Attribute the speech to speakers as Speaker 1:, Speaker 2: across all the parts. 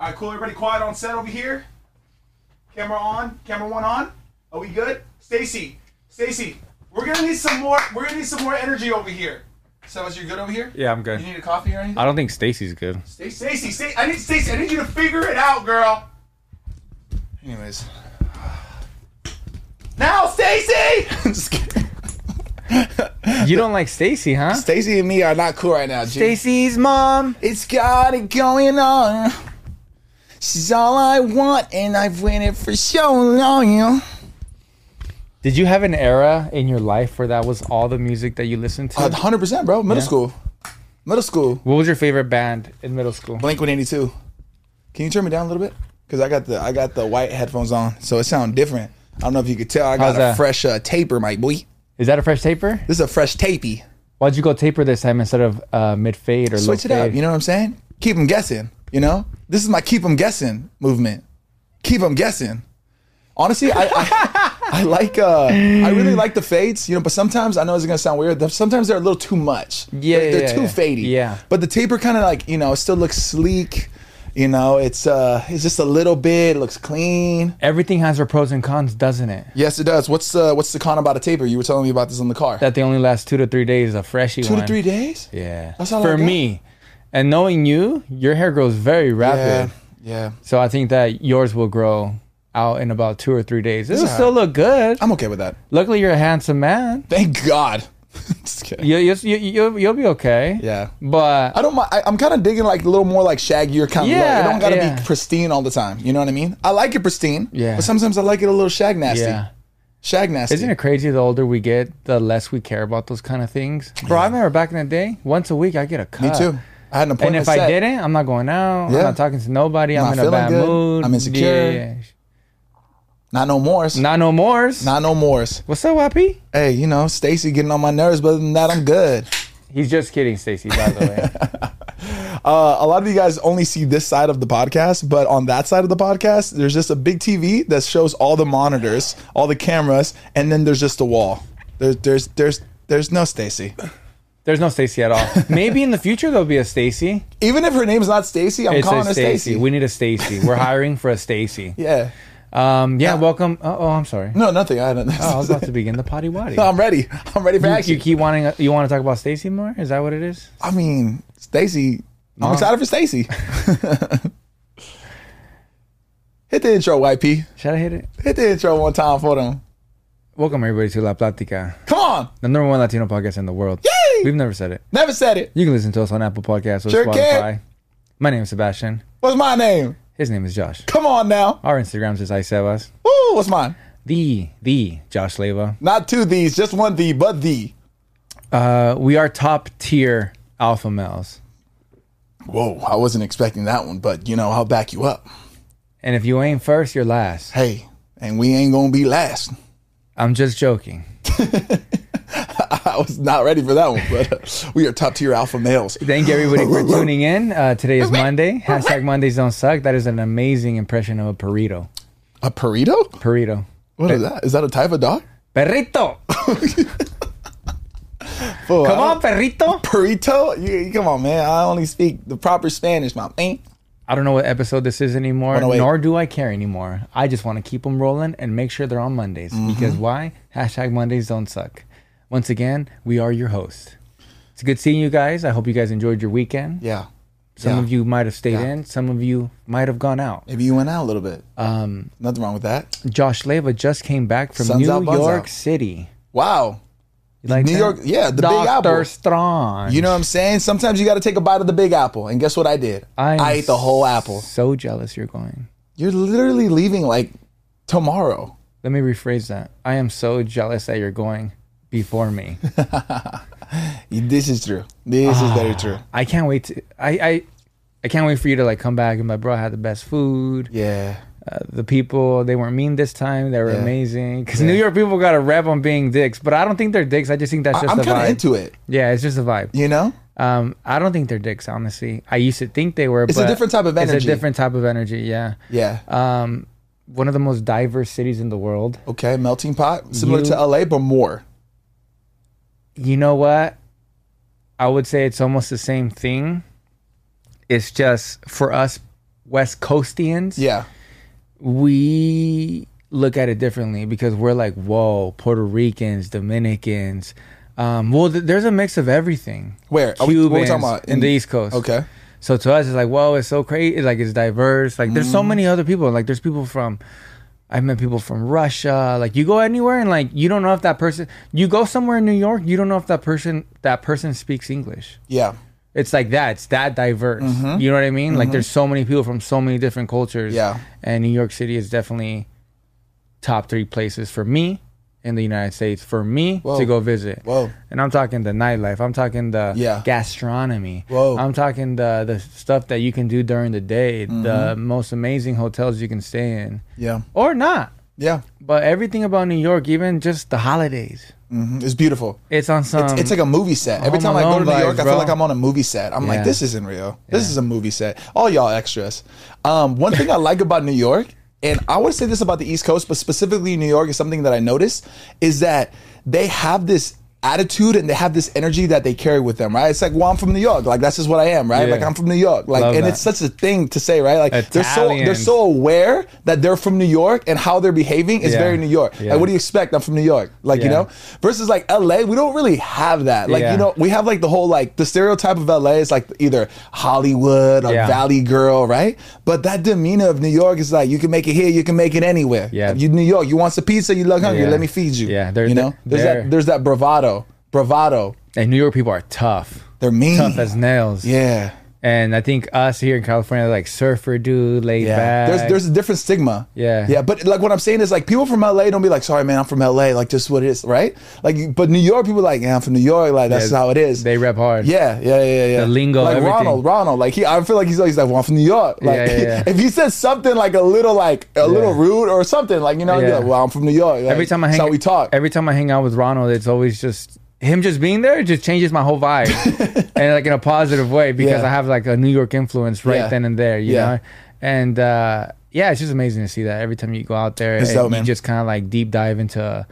Speaker 1: right, cool. Everybody quiet on set over here. Camera on. Camera one on. Are we good? Stacy, Stacy, we're gonna need some more. We're gonna need some more energy over here. Sebas, you're good over here.
Speaker 2: Yeah, I'm
Speaker 1: You
Speaker 2: good.
Speaker 1: need a coffee or anything?
Speaker 3: Uh,
Speaker 2: I don't think Stacy's good.
Speaker 1: Stay, Stacy, stay. I need Stacy. I need you to figure it out, girl. Anyways, now Stacy.
Speaker 3: Just kidding.
Speaker 2: You don't like Stacy, huh?
Speaker 3: Stacy and me are not cool right now, G.
Speaker 2: Stacy's mom.
Speaker 3: It's got it going on. She's all I want, and I've waited for so long. You know?
Speaker 2: Did you have an era in your life where that was all the music that you listened to?
Speaker 3: Uh, 100%, bro. Middle
Speaker 2: Yeah.
Speaker 3: school. Middle school.
Speaker 2: what was your favorite band in middle school?
Speaker 3: Blink 182. Can you turn me down a little bit? Because I got the I got the white headphones on, so it sounds different. I don't know if you could tell. I got
Speaker 2: How's
Speaker 3: a
Speaker 2: that?
Speaker 3: fresh uh, taper, my boy.
Speaker 2: Is that a fresh taper?
Speaker 3: This is a fresh tapey.
Speaker 2: Why'd you go taper this time instead of uh, mid fade or low
Speaker 3: Switch it up.
Speaker 2: fade?
Speaker 3: You know what I'm saying? Keep them guessing. You know, this is my keep them guessing movement. Keep them guessing. Honestly, I I, I like uh I really like the fades. You know, but sometimes I know it's gonna sound weird. but Sometimes they're a little too much.
Speaker 2: Yeah,
Speaker 3: they're,
Speaker 2: yeah,
Speaker 3: they're
Speaker 2: yeah,
Speaker 3: too
Speaker 2: yeah.
Speaker 3: fadey.
Speaker 2: Yeah.
Speaker 3: but the taper kind of like you know it still looks sleek. You know, it's uh it's just a little bit. It looks clean.
Speaker 2: Everything has their pros and cons, doesn't it?
Speaker 3: Yes, it does. What's the what's the con about a taper? You were telling me about this in the car.
Speaker 2: That they only last two to three days. A freshy
Speaker 3: Two
Speaker 2: one.
Speaker 3: to three days.
Speaker 2: Yeah.
Speaker 3: That's all I
Speaker 2: For
Speaker 3: got.
Speaker 2: me, and knowing you, your hair grows very
Speaker 3: Yeah.
Speaker 2: rapid.
Speaker 3: Yeah.
Speaker 2: So I think that yours will grow out in about two or three days. It'll
Speaker 3: all
Speaker 2: still look good.
Speaker 3: I'm okay with that.
Speaker 2: Luckily, you're a handsome man.
Speaker 3: Thank God. just kidding.
Speaker 2: You, you, you, you'll, you'll be okay.
Speaker 3: Yeah.
Speaker 2: But
Speaker 3: I don't mind. I, I'm kind of digging like a little more like shaggier kind of
Speaker 2: Yeah,
Speaker 3: look. It don't gotta
Speaker 2: yeah.
Speaker 3: be pristine all the time. You know what I mean? I like it pristine.
Speaker 2: Yeah.
Speaker 3: But sometimes I like it a little shag nasty.
Speaker 2: yeah.
Speaker 3: Shag nasty.
Speaker 2: Isn't it crazy? The older we get, the less we care about those kind of things. Bro, I remember back in the day, once a week I get a cut.
Speaker 3: Me too. I had an
Speaker 2: And
Speaker 3: appointment.
Speaker 2: if I
Speaker 3: set.
Speaker 2: didn't, I'm not going out.
Speaker 3: Yeah.
Speaker 2: I'm not talking to nobody. I'm
Speaker 3: Not
Speaker 2: in a
Speaker 3: feeling
Speaker 2: bad
Speaker 3: good.
Speaker 2: mood.
Speaker 3: I'm insecure. not no mores. Not,
Speaker 2: Not no mores.
Speaker 3: no mores.
Speaker 2: What's up, Wappy?
Speaker 3: Hey, you know, Stacy getting on my nerves, but other than that, I'm good.
Speaker 2: He's just kidding, Stacy, by the way.
Speaker 3: Uh, a lot of you guys only see this side of the podcast, but on that side of the podcast, there's just a big TV that shows all the monitors, all the cameras, and then there's just a wall. There's there's there's there's no Stacy.
Speaker 2: There's no Stacy at all. Maybe in the future there'll be a Stacy.
Speaker 3: Even if her name's not Stacy, I'm
Speaker 2: It's
Speaker 3: calling
Speaker 2: a
Speaker 3: her Stacy.
Speaker 2: Stacy. We need a Stacy. We're hiring for a Stacy.
Speaker 3: yeah.
Speaker 2: Um, yeah, welcome. Oh, oh, I'm sorry.
Speaker 3: No, nothing. I don't.
Speaker 2: Oh, I was about to begin the potty waddy.
Speaker 3: I'm ready. I'm ready for
Speaker 2: You,
Speaker 3: action.
Speaker 2: you keep wanting. You want to talk about Stacy more? Is that what it is?
Speaker 3: I mean, Stacy. I'm excited for Stacy. Hit the intro, YP.
Speaker 2: Should I hit it?
Speaker 3: Hit the intro one time for them.
Speaker 2: Welcome everybody to La Platica,
Speaker 3: Come on.
Speaker 2: the number one Latino podcast in the world.
Speaker 3: Yay!
Speaker 2: We've never said it.
Speaker 3: Never said it.
Speaker 2: You can listen to us on Apple Podcasts or
Speaker 3: Sure
Speaker 2: Spotify.
Speaker 3: can.
Speaker 2: My name is Sebastian.
Speaker 3: What's my name?
Speaker 2: His name is Josh.
Speaker 3: Come on now.
Speaker 2: Our Instagrams is Isebas.
Speaker 3: Woo, what's mine?
Speaker 2: The the Josh Leva.
Speaker 3: Not two these, just one the, but the.
Speaker 2: Uh, we are top tier alpha males.
Speaker 3: Whoa, I wasn't expecting that one, but you know, I'll back you up.
Speaker 2: And if you ain't first, you're last.
Speaker 3: Hey, and we ain't gonna be last.
Speaker 2: I'm just joking.
Speaker 3: I was not ready for that one, but uh, we are top tier alpha males.
Speaker 2: Thank you everybody for tuning in. Uh, today is Monday. Hashtag Mondays don't suck. That is an amazing impression of a burrito.
Speaker 3: A burrito?
Speaker 2: Burrito.
Speaker 3: What is that? Is that a type of dog?
Speaker 2: Perrito.
Speaker 3: Fool, I don't-
Speaker 2: Come on, perrito.
Speaker 3: burrito? You, you- come on, man. I only speak the proper Spanish, my man.
Speaker 2: I don't know what episode this is anymore,
Speaker 3: 108.
Speaker 2: nor do I care anymore. I just want to keep them rolling and make sure they're on Mondays.
Speaker 3: Mm-hmm.
Speaker 2: Because why? Hashtag Mondays don't suck. Once again, we are your host. It's good seeing you guys. I hope you guys enjoyed your weekend.
Speaker 3: Yeah.
Speaker 2: Some
Speaker 3: yeah.
Speaker 2: of you might have stayed
Speaker 3: Yeah.
Speaker 2: in, some of you might have gone out.
Speaker 3: Maybe you went out a little bit. Um, Nothing wrong with that.
Speaker 2: Josh Leva just came back from
Speaker 3: Sun's
Speaker 2: New
Speaker 3: out, bun's
Speaker 2: York
Speaker 3: out.
Speaker 2: City.
Speaker 3: Wow.
Speaker 2: You like
Speaker 3: New
Speaker 2: that?
Speaker 3: York- yeah, the Big
Speaker 2: Dr.
Speaker 3: Apple.
Speaker 2: Strong.
Speaker 3: You know what I'm saying? Sometimes you got to take a bite of the big apple. And guess what I did?
Speaker 2: I'm
Speaker 3: I ate the whole apple.
Speaker 2: So jealous you're going.
Speaker 3: You're literally leaving like tomorrow.
Speaker 2: Let me rephrase that. I am so jealous that you're going before me.
Speaker 3: This is true. This is very true.
Speaker 2: I can't wait to I, I I can't wait for you to like come back and be like, bro, I had the best food.
Speaker 3: Yeah.
Speaker 2: Uh, the people they weren't mean this time. They were
Speaker 3: Yeah.
Speaker 2: amazing. Because New York people got a rep on being dicks, but I don't think they're dicks. I just think that's
Speaker 3: I-
Speaker 2: just
Speaker 3: I'm
Speaker 2: the
Speaker 3: kind of
Speaker 2: vibe.
Speaker 3: into it,
Speaker 2: yeah, it's just a vibe.
Speaker 3: you know?
Speaker 2: Um, I don't think they're dicks. Honestly, I used to think they were.
Speaker 3: It's a
Speaker 2: but
Speaker 3: different type of
Speaker 2: It's
Speaker 3: energy.
Speaker 2: a different type of energy. Yeah.
Speaker 3: Yeah.
Speaker 2: Um, one of the most diverse cities in the world.
Speaker 3: okay. Melting pot. Similar
Speaker 2: you-
Speaker 3: to LA, but more.
Speaker 2: you know what? I would say it's almost the same thing. It's just for us West Coastians,
Speaker 3: Yeah.
Speaker 2: we look at it differently because we're like, whoa, Puerto Ricans, Dominicans. Um, well, th- there's a mix of everything.
Speaker 3: Where? Are
Speaker 2: Cubans
Speaker 3: we- what are we talking about?
Speaker 2: in, the East Coast.
Speaker 3: Okay.
Speaker 2: So to us, it's like, whoa, it's so crazy. Like it's diverse. Like there's
Speaker 3: Mm-hmm.
Speaker 2: so many other people. Like there's people from. I've met people from Russia. Like you go anywhere and like you don't know if that person. You go somewhere in New York, you don't know if that person that person speaks English.
Speaker 3: Yeah.
Speaker 2: It's like that. It's that diverse. You know what I mean? Like there's so many people from so many different cultures.
Speaker 3: Mm-hmm. Yeah.
Speaker 2: And New York City is definitely top three places for me in the United States for me
Speaker 3: Whoa.
Speaker 2: to go visit.
Speaker 3: Whoa.
Speaker 2: And I'm talking the nightlife. I'm talking the
Speaker 3: Yeah.
Speaker 2: gastronomy.
Speaker 3: Whoa.
Speaker 2: I'm talking the the stuff that you can do during the day. The
Speaker 3: Mm-hmm.
Speaker 2: most amazing hotels you can stay in
Speaker 3: Yeah.
Speaker 2: or not.
Speaker 3: Yeah.
Speaker 2: But everything about New York, even just the holidays,
Speaker 3: hmm It's beautiful.
Speaker 2: it's on some.
Speaker 3: It's, it's like a movie set. Every
Speaker 2: Um, Home
Speaker 3: time I go to
Speaker 2: Alone
Speaker 3: New York,
Speaker 2: vibes,
Speaker 3: I feel
Speaker 2: bro.
Speaker 3: like I'm on a movie set. I'm like,
Speaker 2: Yeah.
Speaker 3: this isn't real. This is a movie set. All y'all extras. Um, one thing I like about New York, and I would say this about the East Coast, but specifically New York is something that I noticed, is that they have this attitude and they have this energy that they carry with them, right? It's like, well, I'm from New York. Like, that's just what I am, right?
Speaker 2: Yeah.
Speaker 3: Like, I'm from New York. Like,
Speaker 2: Love
Speaker 3: and
Speaker 2: that.
Speaker 3: it's such a thing to say, right? Like, they're so, they're
Speaker 2: Italians.
Speaker 3: so aware that they're from New York and how they're behaving is
Speaker 2: Yeah.
Speaker 3: very New York.
Speaker 2: Yeah.
Speaker 3: Like, what do you expect? I'm from New York. Like, you
Speaker 2: Yeah.
Speaker 3: know? Versus like LA, we don't really have that. Like,
Speaker 2: Yeah.
Speaker 3: you know, we have like the whole like the stereotype of LA is like either Hollywood or
Speaker 2: Yeah.
Speaker 3: Valley Girl, right? But that demeanor of New York is like you can make it here, you can make it anywhere.
Speaker 2: Yeah.
Speaker 3: You New York, you want some pizza, you look hungry,
Speaker 2: Yeah.
Speaker 3: let me feed you.
Speaker 2: Yeah, they're-
Speaker 3: There's you know? There's
Speaker 2: they're-
Speaker 3: that there's that bravado. Bravado.
Speaker 2: and New York people are tough,
Speaker 3: They're mean.
Speaker 2: tough as nails.
Speaker 3: yeah.
Speaker 2: And I think us here in California, like surfer dude, laid
Speaker 3: Yeah.
Speaker 2: back.
Speaker 3: There's there's a different stigma.
Speaker 2: Yeah.
Speaker 3: Yeah. But like what I'm saying is like people from LA don't be like, sorry man, I'm from LA, like just what it is, right? Like you- but New York people like, yeah, I'm from New York, like that's
Speaker 2: Yeah,
Speaker 3: how it is.
Speaker 2: They rep hard.
Speaker 3: Yeah, yeah, yeah, yeah.
Speaker 2: The lingo,
Speaker 3: like
Speaker 2: everything.
Speaker 3: Ronald, Ronald. Like he, I feel like he's always like one from New York. Like
Speaker 2: Yeah, yeah, yeah.
Speaker 3: if he said something like a little like a little rude or something, like you know, I'd be
Speaker 2: Yeah.
Speaker 3: like, well, I'm from New York. Like,
Speaker 2: Every time I
Speaker 3: that's
Speaker 2: hang,
Speaker 3: how we talk.
Speaker 2: Every time I hang out with Ronald, it's always just him just being there just changes my whole vibe, and like in a positive way because
Speaker 3: Yeah.
Speaker 2: I have like a New York influence right
Speaker 3: Yeah.
Speaker 2: then and there, you
Speaker 3: Yeah.
Speaker 2: know. And uh, yeah, it's just amazing to see that every time you go out there,
Speaker 3: It's
Speaker 2: and
Speaker 3: dope,
Speaker 2: you
Speaker 3: man.
Speaker 2: just kind of like deep dive into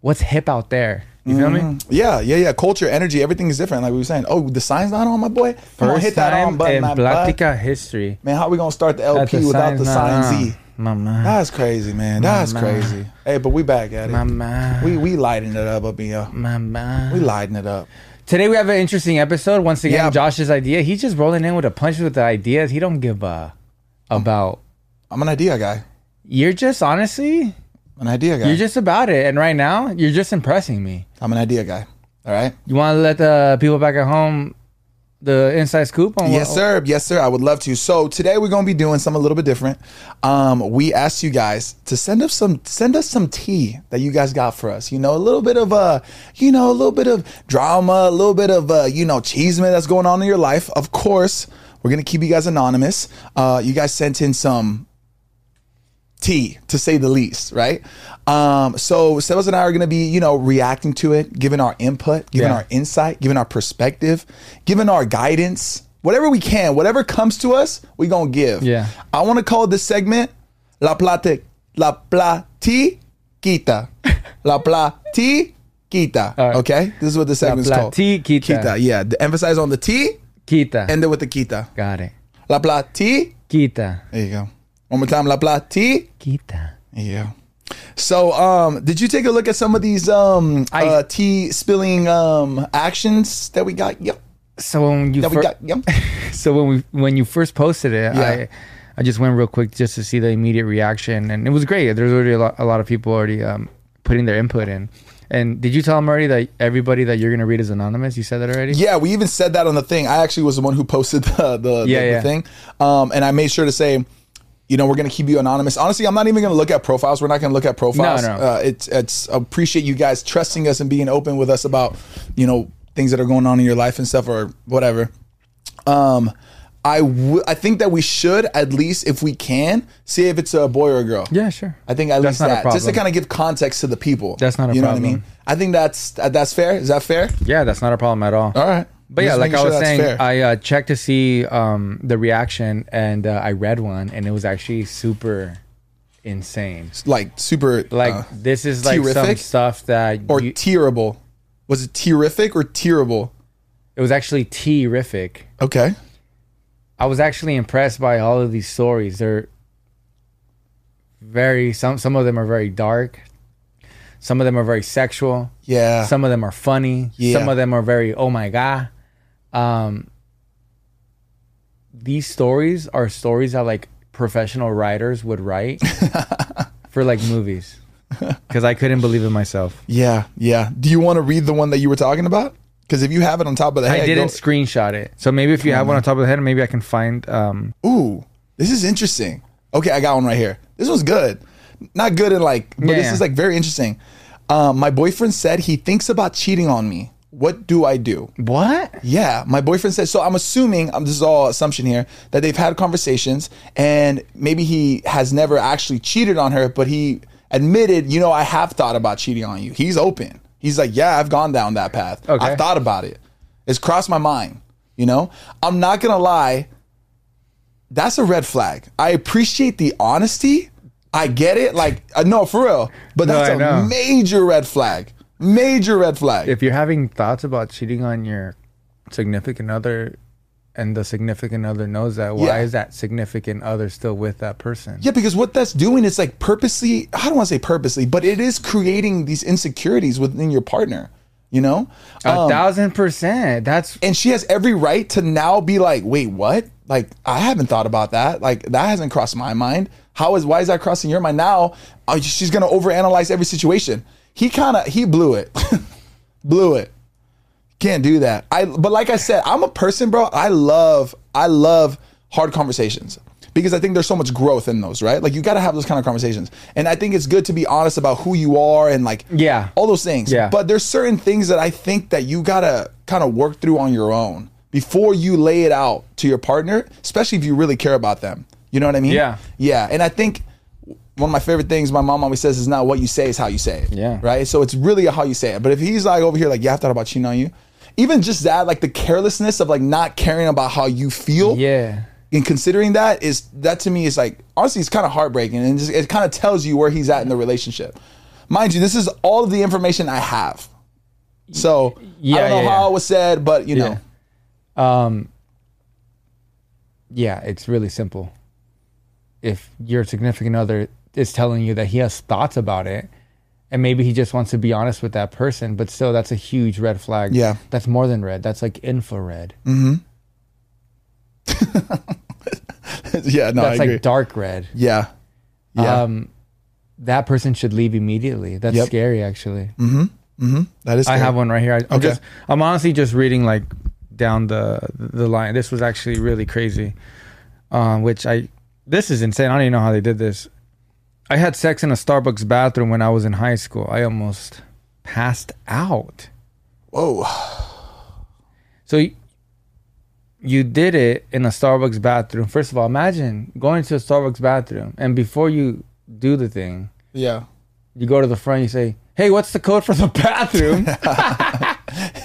Speaker 2: what's hip out there. You feel
Speaker 3: Mm-hmm.
Speaker 2: me?
Speaker 3: Mm, yeah, yeah, yeah. Culture, energy, everything is different. Like we were saying. Oh, the sign's not on, my boy. First Come on, hit that on button,
Speaker 2: in
Speaker 3: my
Speaker 2: Blatica
Speaker 3: butt.
Speaker 2: history.
Speaker 3: Man, how we gonna start the LP
Speaker 2: that
Speaker 3: without the sign
Speaker 2: sign's not
Speaker 3: Z? Ah.
Speaker 2: on. Mama,
Speaker 3: That's crazy, man. That's
Speaker 2: Mama.
Speaker 3: crazy. Hey, but we back at it.
Speaker 2: mama,
Speaker 3: We we lighting it up up in here.
Speaker 2: mama.
Speaker 3: We lighting it up.
Speaker 2: Today we have an interesting episode. Once again,
Speaker 3: Yeah.
Speaker 2: Josh's idea. He's just rolling in with the punches with the ideas. He don't give a about.
Speaker 3: I'm an idea guy.
Speaker 2: You're just honestly,
Speaker 3: I'm an idea guy.
Speaker 2: you're just about it. And right now, you're just impressing me.
Speaker 3: I'm an idea guy. All right.
Speaker 2: You want to let the people back at home the inside scoop on
Speaker 3: Yes, sir. Yes, sir. I would love to. So today we're gonna be doing something a little bit different. Um, we asked you guys to send us some send us some tea that you guys got for us. You know, a little bit of uh, you know, a little bit of drama, a little bit of uh, you know, cheeseman that's going on in your life. Of course, we're gonna keep you guys anonymous. Uh, you guys sent in some tea to say the least, right? Um, so Sebas and I are going to be, you know, reacting to it, giving our input, giving
Speaker 2: Yeah.
Speaker 3: our insight, giving our perspective, giving our guidance, whatever we can, whatever comes to us, we gonna give.
Speaker 2: Yeah.
Speaker 3: I want to call this segment La Plata La Platiquita. La Platiquita.
Speaker 2: All right.
Speaker 3: Okay? This is what the segment's called.
Speaker 2: Platiquita.
Speaker 3: Quita, yeah. The emphasize on the T,
Speaker 2: Kita.
Speaker 3: end it with the quita.
Speaker 2: Got it.
Speaker 3: La Plati.
Speaker 2: Kita.
Speaker 3: There you go. One more time, La Plati.
Speaker 2: Kita.
Speaker 3: Yeah. So, um, did you take a look at some of these um,
Speaker 2: I-
Speaker 3: uh, tea spilling um, actions that we got? Yep.
Speaker 2: So when you
Speaker 3: That we
Speaker 2: fir-
Speaker 3: got. Yep.
Speaker 2: so when we when you first posted it,
Speaker 3: Yeah.
Speaker 2: I I just went real quick just to see the immediate reaction, and it was great. There's already a lot, a lot of people already um, putting their input in. And did you tell them already that everybody that you're gonna read is anonymous? You said that already.
Speaker 3: yeah, we even said that on the thing. I actually was the one who posted the the, the-
Speaker 2: Yeah,
Speaker 3: the
Speaker 2: yeah.
Speaker 3: thing, um, and I made sure to say. You know, we're gonna keep you anonymous. Honestly, I'm not even gonna look at profiles. We're not gonna look at profiles.
Speaker 2: No, no.
Speaker 3: Uh, it's it's appreciate you guys trusting us and being open with us about, you know, things that are going on in your life and stuff or whatever. um I w- I think that we should at least if we can see if it's a boy or a girl.
Speaker 2: Yeah, sure.
Speaker 3: I think at least
Speaker 2: That's not a
Speaker 3: that just to
Speaker 2: problem.
Speaker 3: kind of give context to the people.
Speaker 2: That's not a
Speaker 3: you know what I
Speaker 2: problem.
Speaker 3: mean. I think that's uh, that's fair. Is that fair?
Speaker 2: Yeah, that's not a problem at all.
Speaker 3: All right.
Speaker 2: But yeah, like I was saying, I uh, checked to see um, the reaction, and uh, I read one, and it was actually super insane.
Speaker 3: like super
Speaker 2: Like
Speaker 3: uh,
Speaker 2: this is like some
Speaker 3: terrific?
Speaker 2: stuff that
Speaker 3: or
Speaker 2: you-
Speaker 3: tearable. Was it terrific or tearable?
Speaker 2: it was actually terrific.
Speaker 3: Okay.
Speaker 2: I was actually impressed by all of these stories. They're very some some of them are very dark. Some of them are very sexual.
Speaker 3: Yeah.
Speaker 2: Some of them are funny.
Speaker 3: Ah. Yeah.
Speaker 2: Some of them are very oh my god. Um, these stories are stories that like professional writers would write for like movies because I couldn't believe it myself.
Speaker 3: yeah. Yeah. Do you want to read the one that you were talking about? Because if you have it on top of the head,
Speaker 2: I
Speaker 3: go-
Speaker 2: didn't screenshot it, so maybe if you have one on top of the head, maybe I can find. Um,
Speaker 3: Ooh, this is interesting. Okay, I got one right here. This was good. Not good in like, but this
Speaker 2: Yeah.
Speaker 3: is like very interesting. Um, my boyfriend said he thinks about cheating on me. What do I do?
Speaker 2: what?
Speaker 3: Yeah, my boyfriend said. So I'm assuming, um, this is all assumption here, that they've had conversations and maybe he has never actually cheated on her, but he admitted, you know, I have thought about cheating on you. He's open. He's like, yeah, I've gone down that path.
Speaker 2: Okay.
Speaker 3: I've thought about it. It's crossed my mind, you know? I'm not going to lie. That's a red flag. I appreciate the honesty. I get it. Like, uh, no, for real. But
Speaker 2: No,
Speaker 3: that's
Speaker 2: I
Speaker 3: a
Speaker 2: know.
Speaker 3: major red flag. Major red flag.
Speaker 2: if you're having thoughts about cheating on your significant other and the significant other knows that why
Speaker 3: Yeah.
Speaker 2: is that significant other still with that person
Speaker 3: Yeah, because what that's doing is like purposely, I don't want to say purposely, but it is creating these insecurities within your partner, you know?
Speaker 2: a
Speaker 3: Um,
Speaker 2: thousand percent that's
Speaker 3: And she has every right to now be like, wait, what? Like, I haven't thought about that. Like, that hasn't crossed my mind. How is, why is that crossing your mind now? Oh, she's going to overanalyze every situation. He kind of, he blew it. blew it. Can't do that. I but like I said, I'm a person, bro. I love I love hard conversations because I think there's so much growth in those, right? Like you got to have those kind of conversations. And I think it's good to be honest about who you are and like
Speaker 2: Yeah.
Speaker 3: all those things.
Speaker 2: Yeah.
Speaker 3: But there's certain things that I think that you got to kind of work through on your own before you lay it out to your partner, especially if you really care about them. You know what I mean?
Speaker 2: Yeah.
Speaker 3: Yeah, and I think one of my favorite things my mom always says is not what you say is how you say it.
Speaker 2: Yeah.
Speaker 3: Right. So it's really how you say it. But if he's like over here, like yeah, I've thought about cheating on you, even just that, like the carelessness of like not caring about how you feel.
Speaker 2: yeah
Speaker 3: And considering that is that to me is like honestly, it's kind of heartbreaking, and just, it kind of tells you where he's at in the relationship. Mind you, this is all of the information I have. So I
Speaker 2: Yeah,
Speaker 3: don't know
Speaker 2: yeah,
Speaker 3: how
Speaker 2: yeah.
Speaker 3: it was said, but you know,
Speaker 2: yeah it's really simple if your significant other is telling you that he has thoughts about it and maybe he just wants to be honest with that person but still that's a huge red flag
Speaker 3: Yeah. Mm,
Speaker 2: that's more than red that's like infrared
Speaker 3: yeah, no,
Speaker 2: that's
Speaker 3: I agree.
Speaker 2: like dark red
Speaker 3: yeah, yeah,
Speaker 2: um that person should leave immediately that's
Speaker 3: Yep.
Speaker 2: scary actually
Speaker 3: that is.
Speaker 2: I
Speaker 3: fair.
Speaker 2: have one right here. I, I'm
Speaker 3: Okay.
Speaker 2: just I'm honestly just reading like down the the line. This was actually really crazy. Um, which I this is insane. I don't even know how they did this. I had sex in a Starbucks bathroom when I was in high school. I almost passed out.
Speaker 3: Whoa.
Speaker 2: So y- you did it in a Starbucks bathroom. First of all, imagine going to a Starbucks bathroom and before you do the thing,
Speaker 3: Yeah.
Speaker 2: you go to the front, you say, "Hey, what's the code for the bathroom?"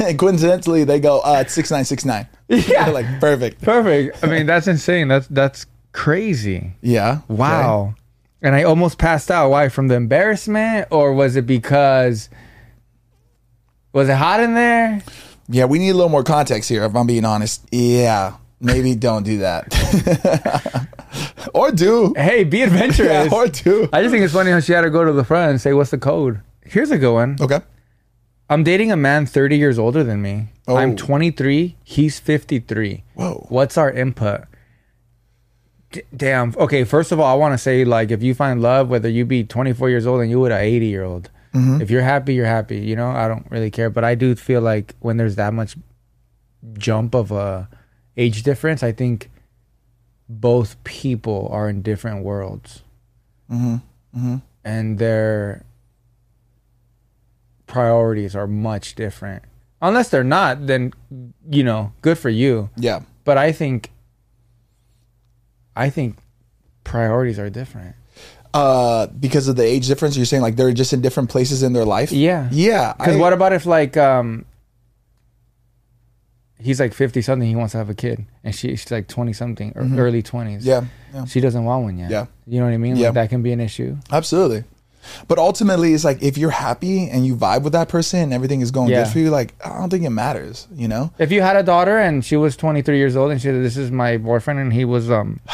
Speaker 3: And coincidentally, they go uh, it's six nine six nine.
Speaker 2: Yeah.
Speaker 3: like perfect.
Speaker 2: Perfect. I mean, that's insane. That's that's crazy.
Speaker 3: Yeah.
Speaker 2: Wow. And I almost passed out. Why? From the embarrassment, or was it because was it hot in there?
Speaker 3: Okay. Yeah, we need a little more context here. If I'm being honest, yeah, maybe don't do that. or do.
Speaker 2: Hey, be adventurous.
Speaker 3: Yeah, or do.
Speaker 2: I just think it's funny how she had to go to the front and say, "What's the code?" Here's a good one.
Speaker 3: Okay.
Speaker 2: I'm dating a man 30 years older than me.
Speaker 3: Oh.
Speaker 2: I'm 23. He's 53.
Speaker 3: Whoa.
Speaker 2: What's our input? D- damn. Okay, first of all, I want to say like if you find love, whether you be 24 years old and you would an 80 year old,
Speaker 3: Mm-hmm.
Speaker 2: if you're happy, you're happy. You know, I don't really care, but I do feel like when there's that much jump of a age difference, I think both people are in different worlds, mm-hmm. Mm-hmm. and their priorities are much different. Unless they're not, then you know, good for you
Speaker 3: Yeah.
Speaker 2: but I think I think priorities are different.
Speaker 3: Uh, because of the age difference, you're saying like they're just in different places in their life.
Speaker 2: Yeah.
Speaker 3: Yeah.
Speaker 2: Because
Speaker 3: I-
Speaker 2: what about if like um he's like fifty something, he wants to have a kid, and she, she's like twenty something or early twenties.
Speaker 3: Mm-hmm. Yeah. Yeah.
Speaker 2: She doesn't want one yet.
Speaker 3: Yeah.
Speaker 2: You know what I mean? Like
Speaker 3: Yeah.
Speaker 2: that can be an issue.
Speaker 3: Absolutely. But ultimately, it's like if you're happy and you vibe with that person and everything is going
Speaker 2: Yeah.
Speaker 3: good for you, like I don't think it matters, you know?
Speaker 2: If you had a daughter and she was 23 years old and she said, "This is my boyfriend," and he was um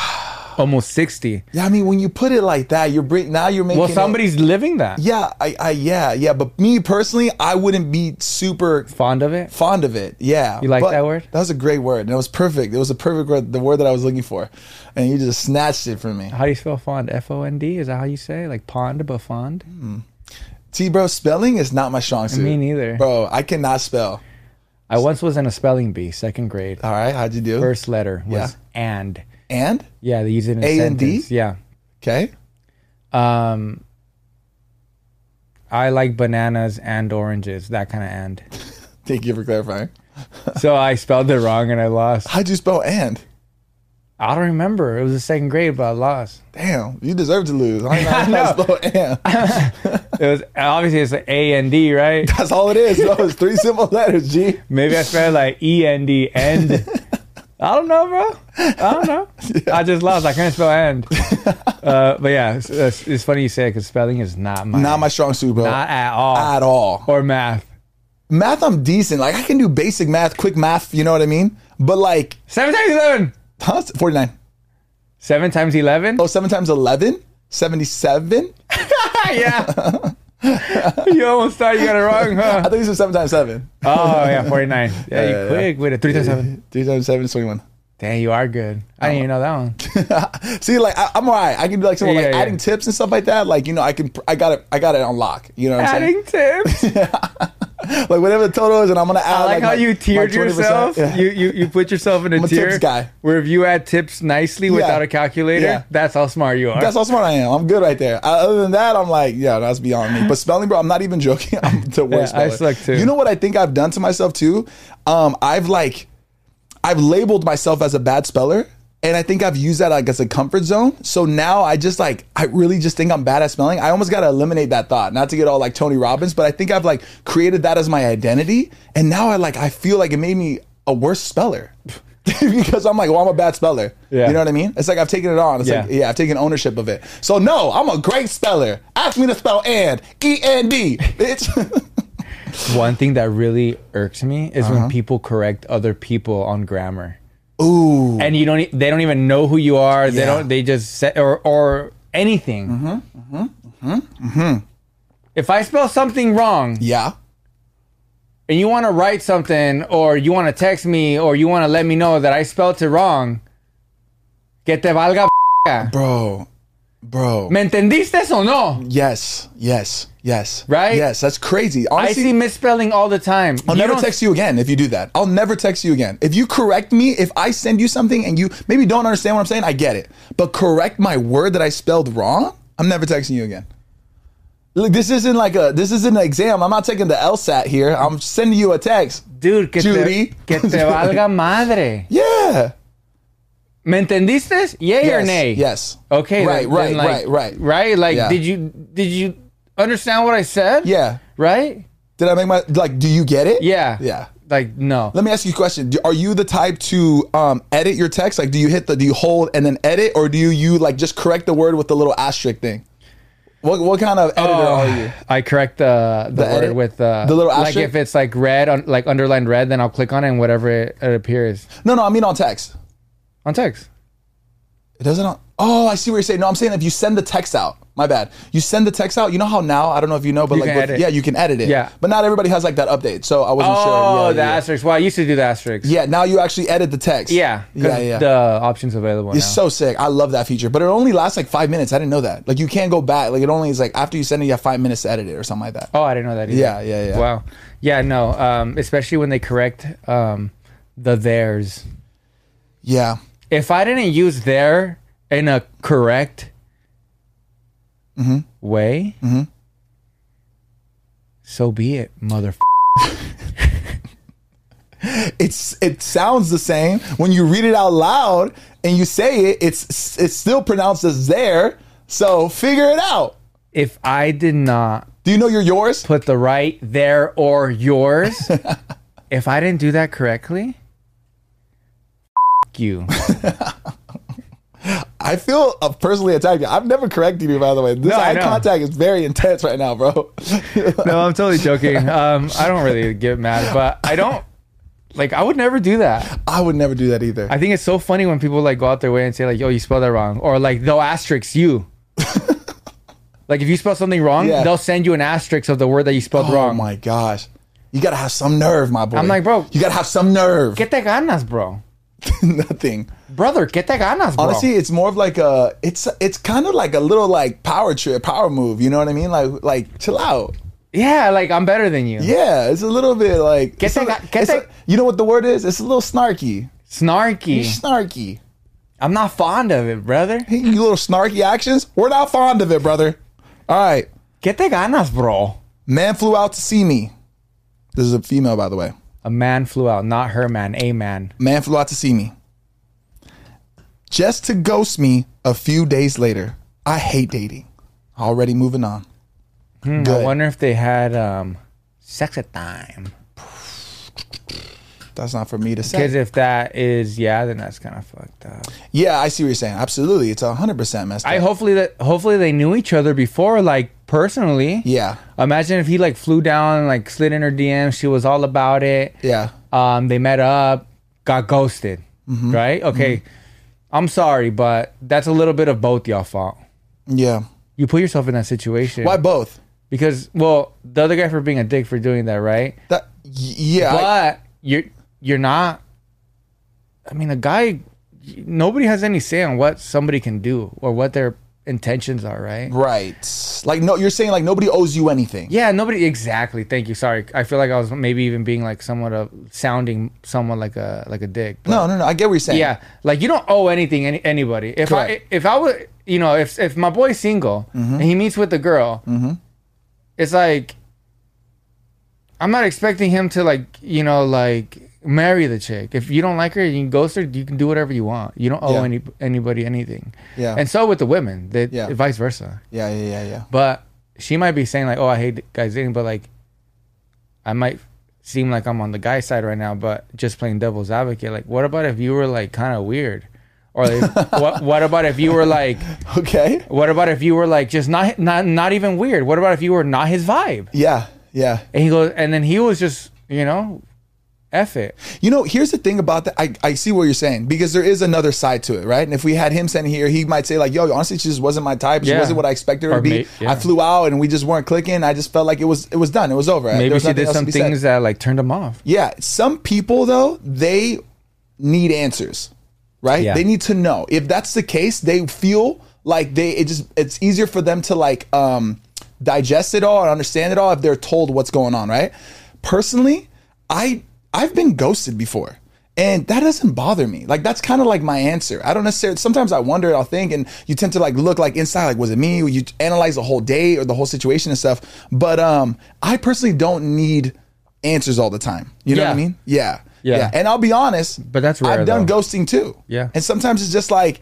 Speaker 2: almost 60,
Speaker 3: Yeah, I mean, when you put it like that, you're bring, now you're making
Speaker 2: well,
Speaker 3: it-
Speaker 2: somebody's living that.
Speaker 3: yeah, I, I, yeah, yeah. But me personally, I wouldn't be super
Speaker 2: Fond of it.
Speaker 3: fond of it. Yeah,
Speaker 2: You like
Speaker 3: But
Speaker 2: that word?
Speaker 3: That was a great word, and it was perfect. It was a perfect word, the word that I was looking for, and you just snatched it from me.
Speaker 2: How do you spell fond? F O N D. Is that how you say? it? Like pond, but fond.
Speaker 3: T, bro, spelling is not my strong suit.
Speaker 2: Me neither.
Speaker 3: bro. I cannot spell.
Speaker 2: I once was in a spelling bee, second grade.
Speaker 3: All right, how'd you do?
Speaker 2: First letter
Speaker 3: Yeah.
Speaker 2: was and.
Speaker 3: And
Speaker 2: Yeah, they use it in a
Speaker 3: A and D?
Speaker 2: sentence. Yeah.
Speaker 3: okay,
Speaker 2: Um, I like bananas and oranges. That kind of and.
Speaker 3: thank you for clarifying.
Speaker 2: so I spelled it wrong and I lost.
Speaker 3: How'd you spell and?
Speaker 2: I don't remember. It was the second grade, but I lost.
Speaker 3: Damn, you deserve to lose. I don't know how to spell and.
Speaker 2: It was obviously it's like A and D, right?
Speaker 3: That's all it is. Bro. It's three simple letters. G.
Speaker 2: Maybe I spelled like E N D end. I don't know, bro. I don't know. I just lost. I can't spell end. uh, but yeah, it's, it's, it's funny you say it because spelling is not my
Speaker 3: Not Ah. my strong suit, bro.
Speaker 2: not at all
Speaker 3: at all.
Speaker 2: or math.
Speaker 3: Math, I'm decent. Like I can do basic math, quick math. You know what I mean? But like,
Speaker 2: Seven times eleven.
Speaker 3: huh? forty nine.
Speaker 2: Seven times eleven.
Speaker 3: Oh, seven times 11? 77?
Speaker 2: yeah. you almost thought you got it wrong,
Speaker 3: I
Speaker 2: huh?
Speaker 3: thought you said seven times seven.
Speaker 2: Oh yeah, forty nine. Yeah, you
Speaker 3: yeah.
Speaker 2: quick with it. Three times seven.
Speaker 3: Three times seven is 21.
Speaker 2: Dang, you are good. I didn't even know that one.
Speaker 3: See, like, I, I'm all right. I can do like some
Speaker 2: Yeah,
Speaker 3: like
Speaker 2: yeah.
Speaker 3: adding tips and stuff like that. Like, you know, I can, I got it, I got it on lock. You know what I'm
Speaker 2: Adding tips.
Speaker 3: saying? Like, whatever the total is, and I'm going to add.
Speaker 2: I like, how
Speaker 3: my-
Speaker 2: you
Speaker 3: my
Speaker 2: tiered
Speaker 3: 20%.
Speaker 2: yourself.
Speaker 3: Yeah.
Speaker 2: You, you you put yourself in a,
Speaker 3: a
Speaker 2: tier
Speaker 3: tips guy.
Speaker 2: where if you add tips nicely without a calculator,
Speaker 3: Yeah.
Speaker 2: that's how smart you are.
Speaker 3: That's how smart I am. I'm good right there. Uh, other than that, I'm like, yeah, that's beyond me. But spelling, bro, I'm not even joking. I'm the worst.
Speaker 2: Yeah, I
Speaker 3: speller.
Speaker 2: suck too.
Speaker 3: You know what I think I've done to myself too? Um, I've like, I've labeled myself as a bad speller, and I think I've used that like as a comfort zone. So now I just like, I really just think I'm bad at spelling. I almost got to eliminate that thought, not to get all like Tony Robbins, but I think I've like created that as my identity, and now I like, I feel like it made me a worse speller. because I'm like, well, I'm a bad speller.
Speaker 2: Yeah.
Speaker 3: You know what I mean? It's like I've taken it on. It's like,
Speaker 2: Yeah.
Speaker 3: yeah, I've taken ownership of it. So no, I'm a great speller. Ask me to spell and E N D, bitch.
Speaker 2: one thing that really irks me is
Speaker 3: Uh-huh.
Speaker 2: when people correct other people on grammar.
Speaker 3: Ooh,
Speaker 2: and you don't e- they don't even know who you are
Speaker 3: Mm-hmm.
Speaker 2: they
Speaker 3: Yeah.
Speaker 2: don't they just say or or anything mm-hmm, mm-hmm, mm-hmm.
Speaker 3: Mm-hmm.
Speaker 2: if i spell something wrong
Speaker 3: yeah,
Speaker 2: and you want to write something or you want to text me or you want to let me know that i spelled it wrong que te valga
Speaker 3: bro, bro.
Speaker 2: me entendiste o no
Speaker 3: Yes, yes, yes.
Speaker 2: Right?
Speaker 3: Yes, that's crazy.
Speaker 2: i
Speaker 3: Honestly,
Speaker 2: see misspelling all the time
Speaker 3: I'll
Speaker 2: You
Speaker 3: never
Speaker 2: don't-
Speaker 3: text you again if you do that. I'll never text you again. If you correct me, if I send you something and you maybe don't understand what I'm saying, I get it. But correct my word that I spelled wrong, I'm never texting you again. Look, this isn't like a this isn't an exam. I'm not taking the LSAT here. I'm sending you a text.
Speaker 2: dude que
Speaker 3: Judy.
Speaker 2: te, que te valga madre
Speaker 3: Yeah.
Speaker 2: me entendiste yay or
Speaker 3: Yes,
Speaker 2: nay
Speaker 3: Yes.
Speaker 2: Okay.
Speaker 3: Right,
Speaker 2: then-
Speaker 3: right,
Speaker 2: then, like-
Speaker 3: right, right.
Speaker 2: Right? Like
Speaker 3: Yeah.
Speaker 2: did you did you understand what I said?
Speaker 3: Yeah.
Speaker 2: Right?
Speaker 3: Did I make my like do you get it?
Speaker 2: Yeah.
Speaker 3: Yeah.
Speaker 2: Like no.
Speaker 3: Let me ask you a question. Do- Are you the type to um, edit your text? Like, do you hit the, do you hold and then edit, or do you, you like just correct the word with the little asterisk thing? What what kind of editor are you?
Speaker 2: I correct the the, word
Speaker 3: edit?
Speaker 2: with uh,
Speaker 3: The little
Speaker 2: like
Speaker 3: asterisk?
Speaker 2: if it's like red on like underlined red, then I'll click on it and whatever it, it appears
Speaker 3: No, no, I mean on text.
Speaker 2: on text.
Speaker 3: It doesn't. On, oh, I see what you're saying. No, I'm saying if you send the text out. My bad. You send the text out. You know how now? I don't know if you know, but like,
Speaker 2: can
Speaker 3: with-
Speaker 2: edit.
Speaker 3: yeah, you can edit it.
Speaker 2: Yeah.
Speaker 3: But not everybody has like that update, so I wasn't sure.
Speaker 2: Oh,
Speaker 3: Yeah,
Speaker 2: the
Speaker 3: yeah,
Speaker 2: asterisks. Well, I used to do the asterisks.
Speaker 3: yeah. Yeah, Now you actually edit the text.
Speaker 2: Yeah. 'cause
Speaker 3: Yeah, yeah.
Speaker 2: The options available
Speaker 3: It's
Speaker 2: now.
Speaker 3: so sick. I love that feature, but it only lasts like five minutes. I didn't know that. Like you can't go back. Like it only is like after you send it, you have five minutes to edit it or something like that.
Speaker 2: Oh, I didn't know that either.
Speaker 3: Yeah, yeah, yeah.
Speaker 2: Wow. Yeah, no. Um, especially when they correct um, the theirs.
Speaker 3: Yeah,
Speaker 2: if I didn't use there in a correct
Speaker 3: Mm-hmm.
Speaker 2: way, so be it, motherfucker.
Speaker 3: it's it sounds the same when you read it out loud and you say it. It's it's still pronounced as there. So figure it out.
Speaker 2: If I did not
Speaker 3: Do you know you're yours?
Speaker 2: put the right there or yours, if I didn't do that correctly, f- you.
Speaker 3: I feel uh, personally attacked. I've never corrected you, by the way. This
Speaker 2: No, I
Speaker 3: eye
Speaker 2: know.
Speaker 3: contact is very intense right now, bro.
Speaker 2: No, I'm totally joking. Um, I don't really get mad, but I don't like. I would never do that.
Speaker 3: I would never do that either.
Speaker 2: I think it's so funny when people like go out their way and say like, "Yo, you spelled that wrong," or like they'll asterisk you. like if you spell something wrong,
Speaker 3: Yeah.
Speaker 2: they'll send you an asterisk of the word that you spelled
Speaker 3: oh
Speaker 2: wrong.
Speaker 3: my gosh. You gotta have some nerve, my boy.
Speaker 2: I'm like, bro-
Speaker 3: You gotta have some nerve.
Speaker 2: ¿Qué te ganas, bro?
Speaker 3: Nothing.
Speaker 2: Brother, ¿qué te ganas, bro?
Speaker 3: Honestly, it's more of like a it's it's kind of like a little like power trip, power move. You know what I mean? Like like chill out.
Speaker 2: yeah, like I'm better than you.
Speaker 3: Yeah, it's a little bit like
Speaker 2: Get
Speaker 3: it's a-
Speaker 2: that guy- get
Speaker 3: it's a-
Speaker 2: that-
Speaker 3: you know what the word is? It's a little snarky.
Speaker 2: Snarky.
Speaker 3: Snarky.
Speaker 2: I'm not fond of it, brother.
Speaker 3: Hey, you little snarky actions. We're not fond of it, brother. All right.
Speaker 2: ¿Qué te ganas, bro?
Speaker 3: Man flew out to see me. This is a female, by the way.
Speaker 2: A man flew out, not her man, a man.
Speaker 3: Man flew out to see me. Just to ghost me a few days later. I hate dating. Already moving on.
Speaker 2: Hmm, I
Speaker 3: Good.
Speaker 2: wonder if they had um, sex at time.
Speaker 3: That's not for me to
Speaker 2: Because
Speaker 3: say.
Speaker 2: if that is yeah, then that's kind of fucked up.
Speaker 3: Yeah, I see what you're saying. Absolutely. It's 100% messed up.
Speaker 2: I hopefully that hopefully they knew each other before, like personally.
Speaker 3: yeah.
Speaker 2: Imagine if he like flew down, like slid in her DM. She was all about it.
Speaker 3: Yeah.
Speaker 2: Um, they met up, got ghosted.
Speaker 3: Mm-hmm.
Speaker 2: Right? Okay. I'm sorry, but that's a little bit of both y'all fault.
Speaker 3: Yeah.
Speaker 2: You put yourself in that situation.
Speaker 3: Why both?
Speaker 2: Because well, the other guy for being a dick for doing that, right?
Speaker 3: That y- yeah. I-
Speaker 2: but you're you're not. I mean, a guy. Nobody has any say on what somebody can do or what their intentions are, right?
Speaker 3: right. Like no you're saying like nobody owes you anything.
Speaker 2: Yeah, nobody exactly. Thank you. Sorry, I feel like I was maybe even being like somewhat of sounding somewhat like a like a dick. But
Speaker 3: No, no, no. I get what you're saying.
Speaker 2: yeah, like you don't owe anything any, anybody. If
Speaker 3: Correct. Mm-hmm.
Speaker 2: I if I would, you know, if if my boy's single and he meets with a girl, it's like I'm not expecting him to like you know like marry the chick. If you don't like her, and you ghost her. You can do whatever you want. You don't owe
Speaker 3: Yeah.
Speaker 2: any anybody anything.
Speaker 3: Yeah.
Speaker 2: And so with the women, that
Speaker 3: Yeah.
Speaker 2: vice versa.
Speaker 3: Yeah, yeah, yeah, yeah.
Speaker 2: But she might be saying like, "Oh, I hate guys dating," but like, I might seem like I'm on the guy side right now. But just playing devil's advocate, like, what about if you were like kind of weird, or like, what? What about if you were like,
Speaker 3: Okay.
Speaker 2: what about if you were like just not not not even weird? What about if you were not his vibe?
Speaker 3: Yeah, yeah.
Speaker 2: And he goes, and then he was just you know, f it.
Speaker 3: You know, here's the thing about that. I, I see what you're saying because there is another side to it, right? And if we had him sitting here, he might say, like, yo, honestly, she just wasn't my type. She
Speaker 2: Yeah.
Speaker 3: wasn't what I expected her
Speaker 2: Or
Speaker 3: to be.
Speaker 2: may- yeah.
Speaker 3: I flew out and we just weren't clicking. I just felt like it was it was done. It was over. There
Speaker 2: Maybe
Speaker 3: was
Speaker 2: she
Speaker 3: nothing
Speaker 2: did
Speaker 3: else to
Speaker 2: some
Speaker 3: be said.
Speaker 2: things that like turned him off.
Speaker 3: Yeah. Some people though, they need answers. Right?
Speaker 2: Yeah.
Speaker 3: They need to know. If that's the case, they feel like they it just it's easier for them to like um digest it all and understand it all if they're told what's going on, right? Personally, I I've been ghosted before. And that doesn't bother me. Like that's kind of like my answer. I don't necessarily. Sometimes I wonder. I'll think, and you tend to like look like inside. Like was it me? You analyze the whole day or the whole situation and stuff. But um, I personally don't need answers all the time. You know what I
Speaker 2: Yeah.
Speaker 3: mean? Yeah.
Speaker 2: Yeah.
Speaker 3: And I'll be honest,
Speaker 2: But that's rare,
Speaker 3: I've done
Speaker 2: though.
Speaker 3: ghosting too.
Speaker 2: Yeah.
Speaker 3: And sometimes it's just like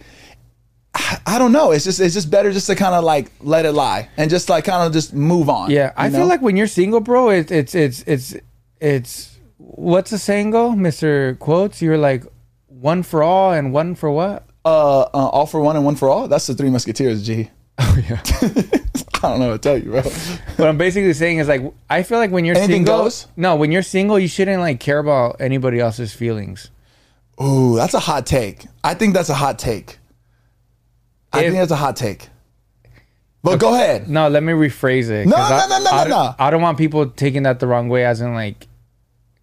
Speaker 3: I- I don't know. It's just it's just better just to kind of like let it lie and just like kind of just move on.
Speaker 2: Yeah, I
Speaker 3: you know?
Speaker 2: feel like when you're single, bro, it's it's it's it's it's what's the saying go, Mister Quotes? You're like one for all and one for what?
Speaker 3: uh, uh all for one and one for all. That's the three musketeers, G.
Speaker 2: Oh yeah.
Speaker 3: I don't know what to tell you, bro.
Speaker 2: what I'm basically saying is like I feel like when you're
Speaker 3: Anything
Speaker 2: single,
Speaker 3: goes?
Speaker 2: no, when you're single, you shouldn't like care about anybody else's feelings.
Speaker 3: Ooh, that's a hot take. I think that's a hot take. I
Speaker 2: If-
Speaker 3: think that's a hot take. But go ahead.
Speaker 2: No, let me rephrase it.
Speaker 3: No,
Speaker 2: 'cause I,
Speaker 3: no, no, no,
Speaker 2: I
Speaker 3: no,
Speaker 2: don't-
Speaker 3: no.
Speaker 2: I don't want people taking that the wrong way, as in like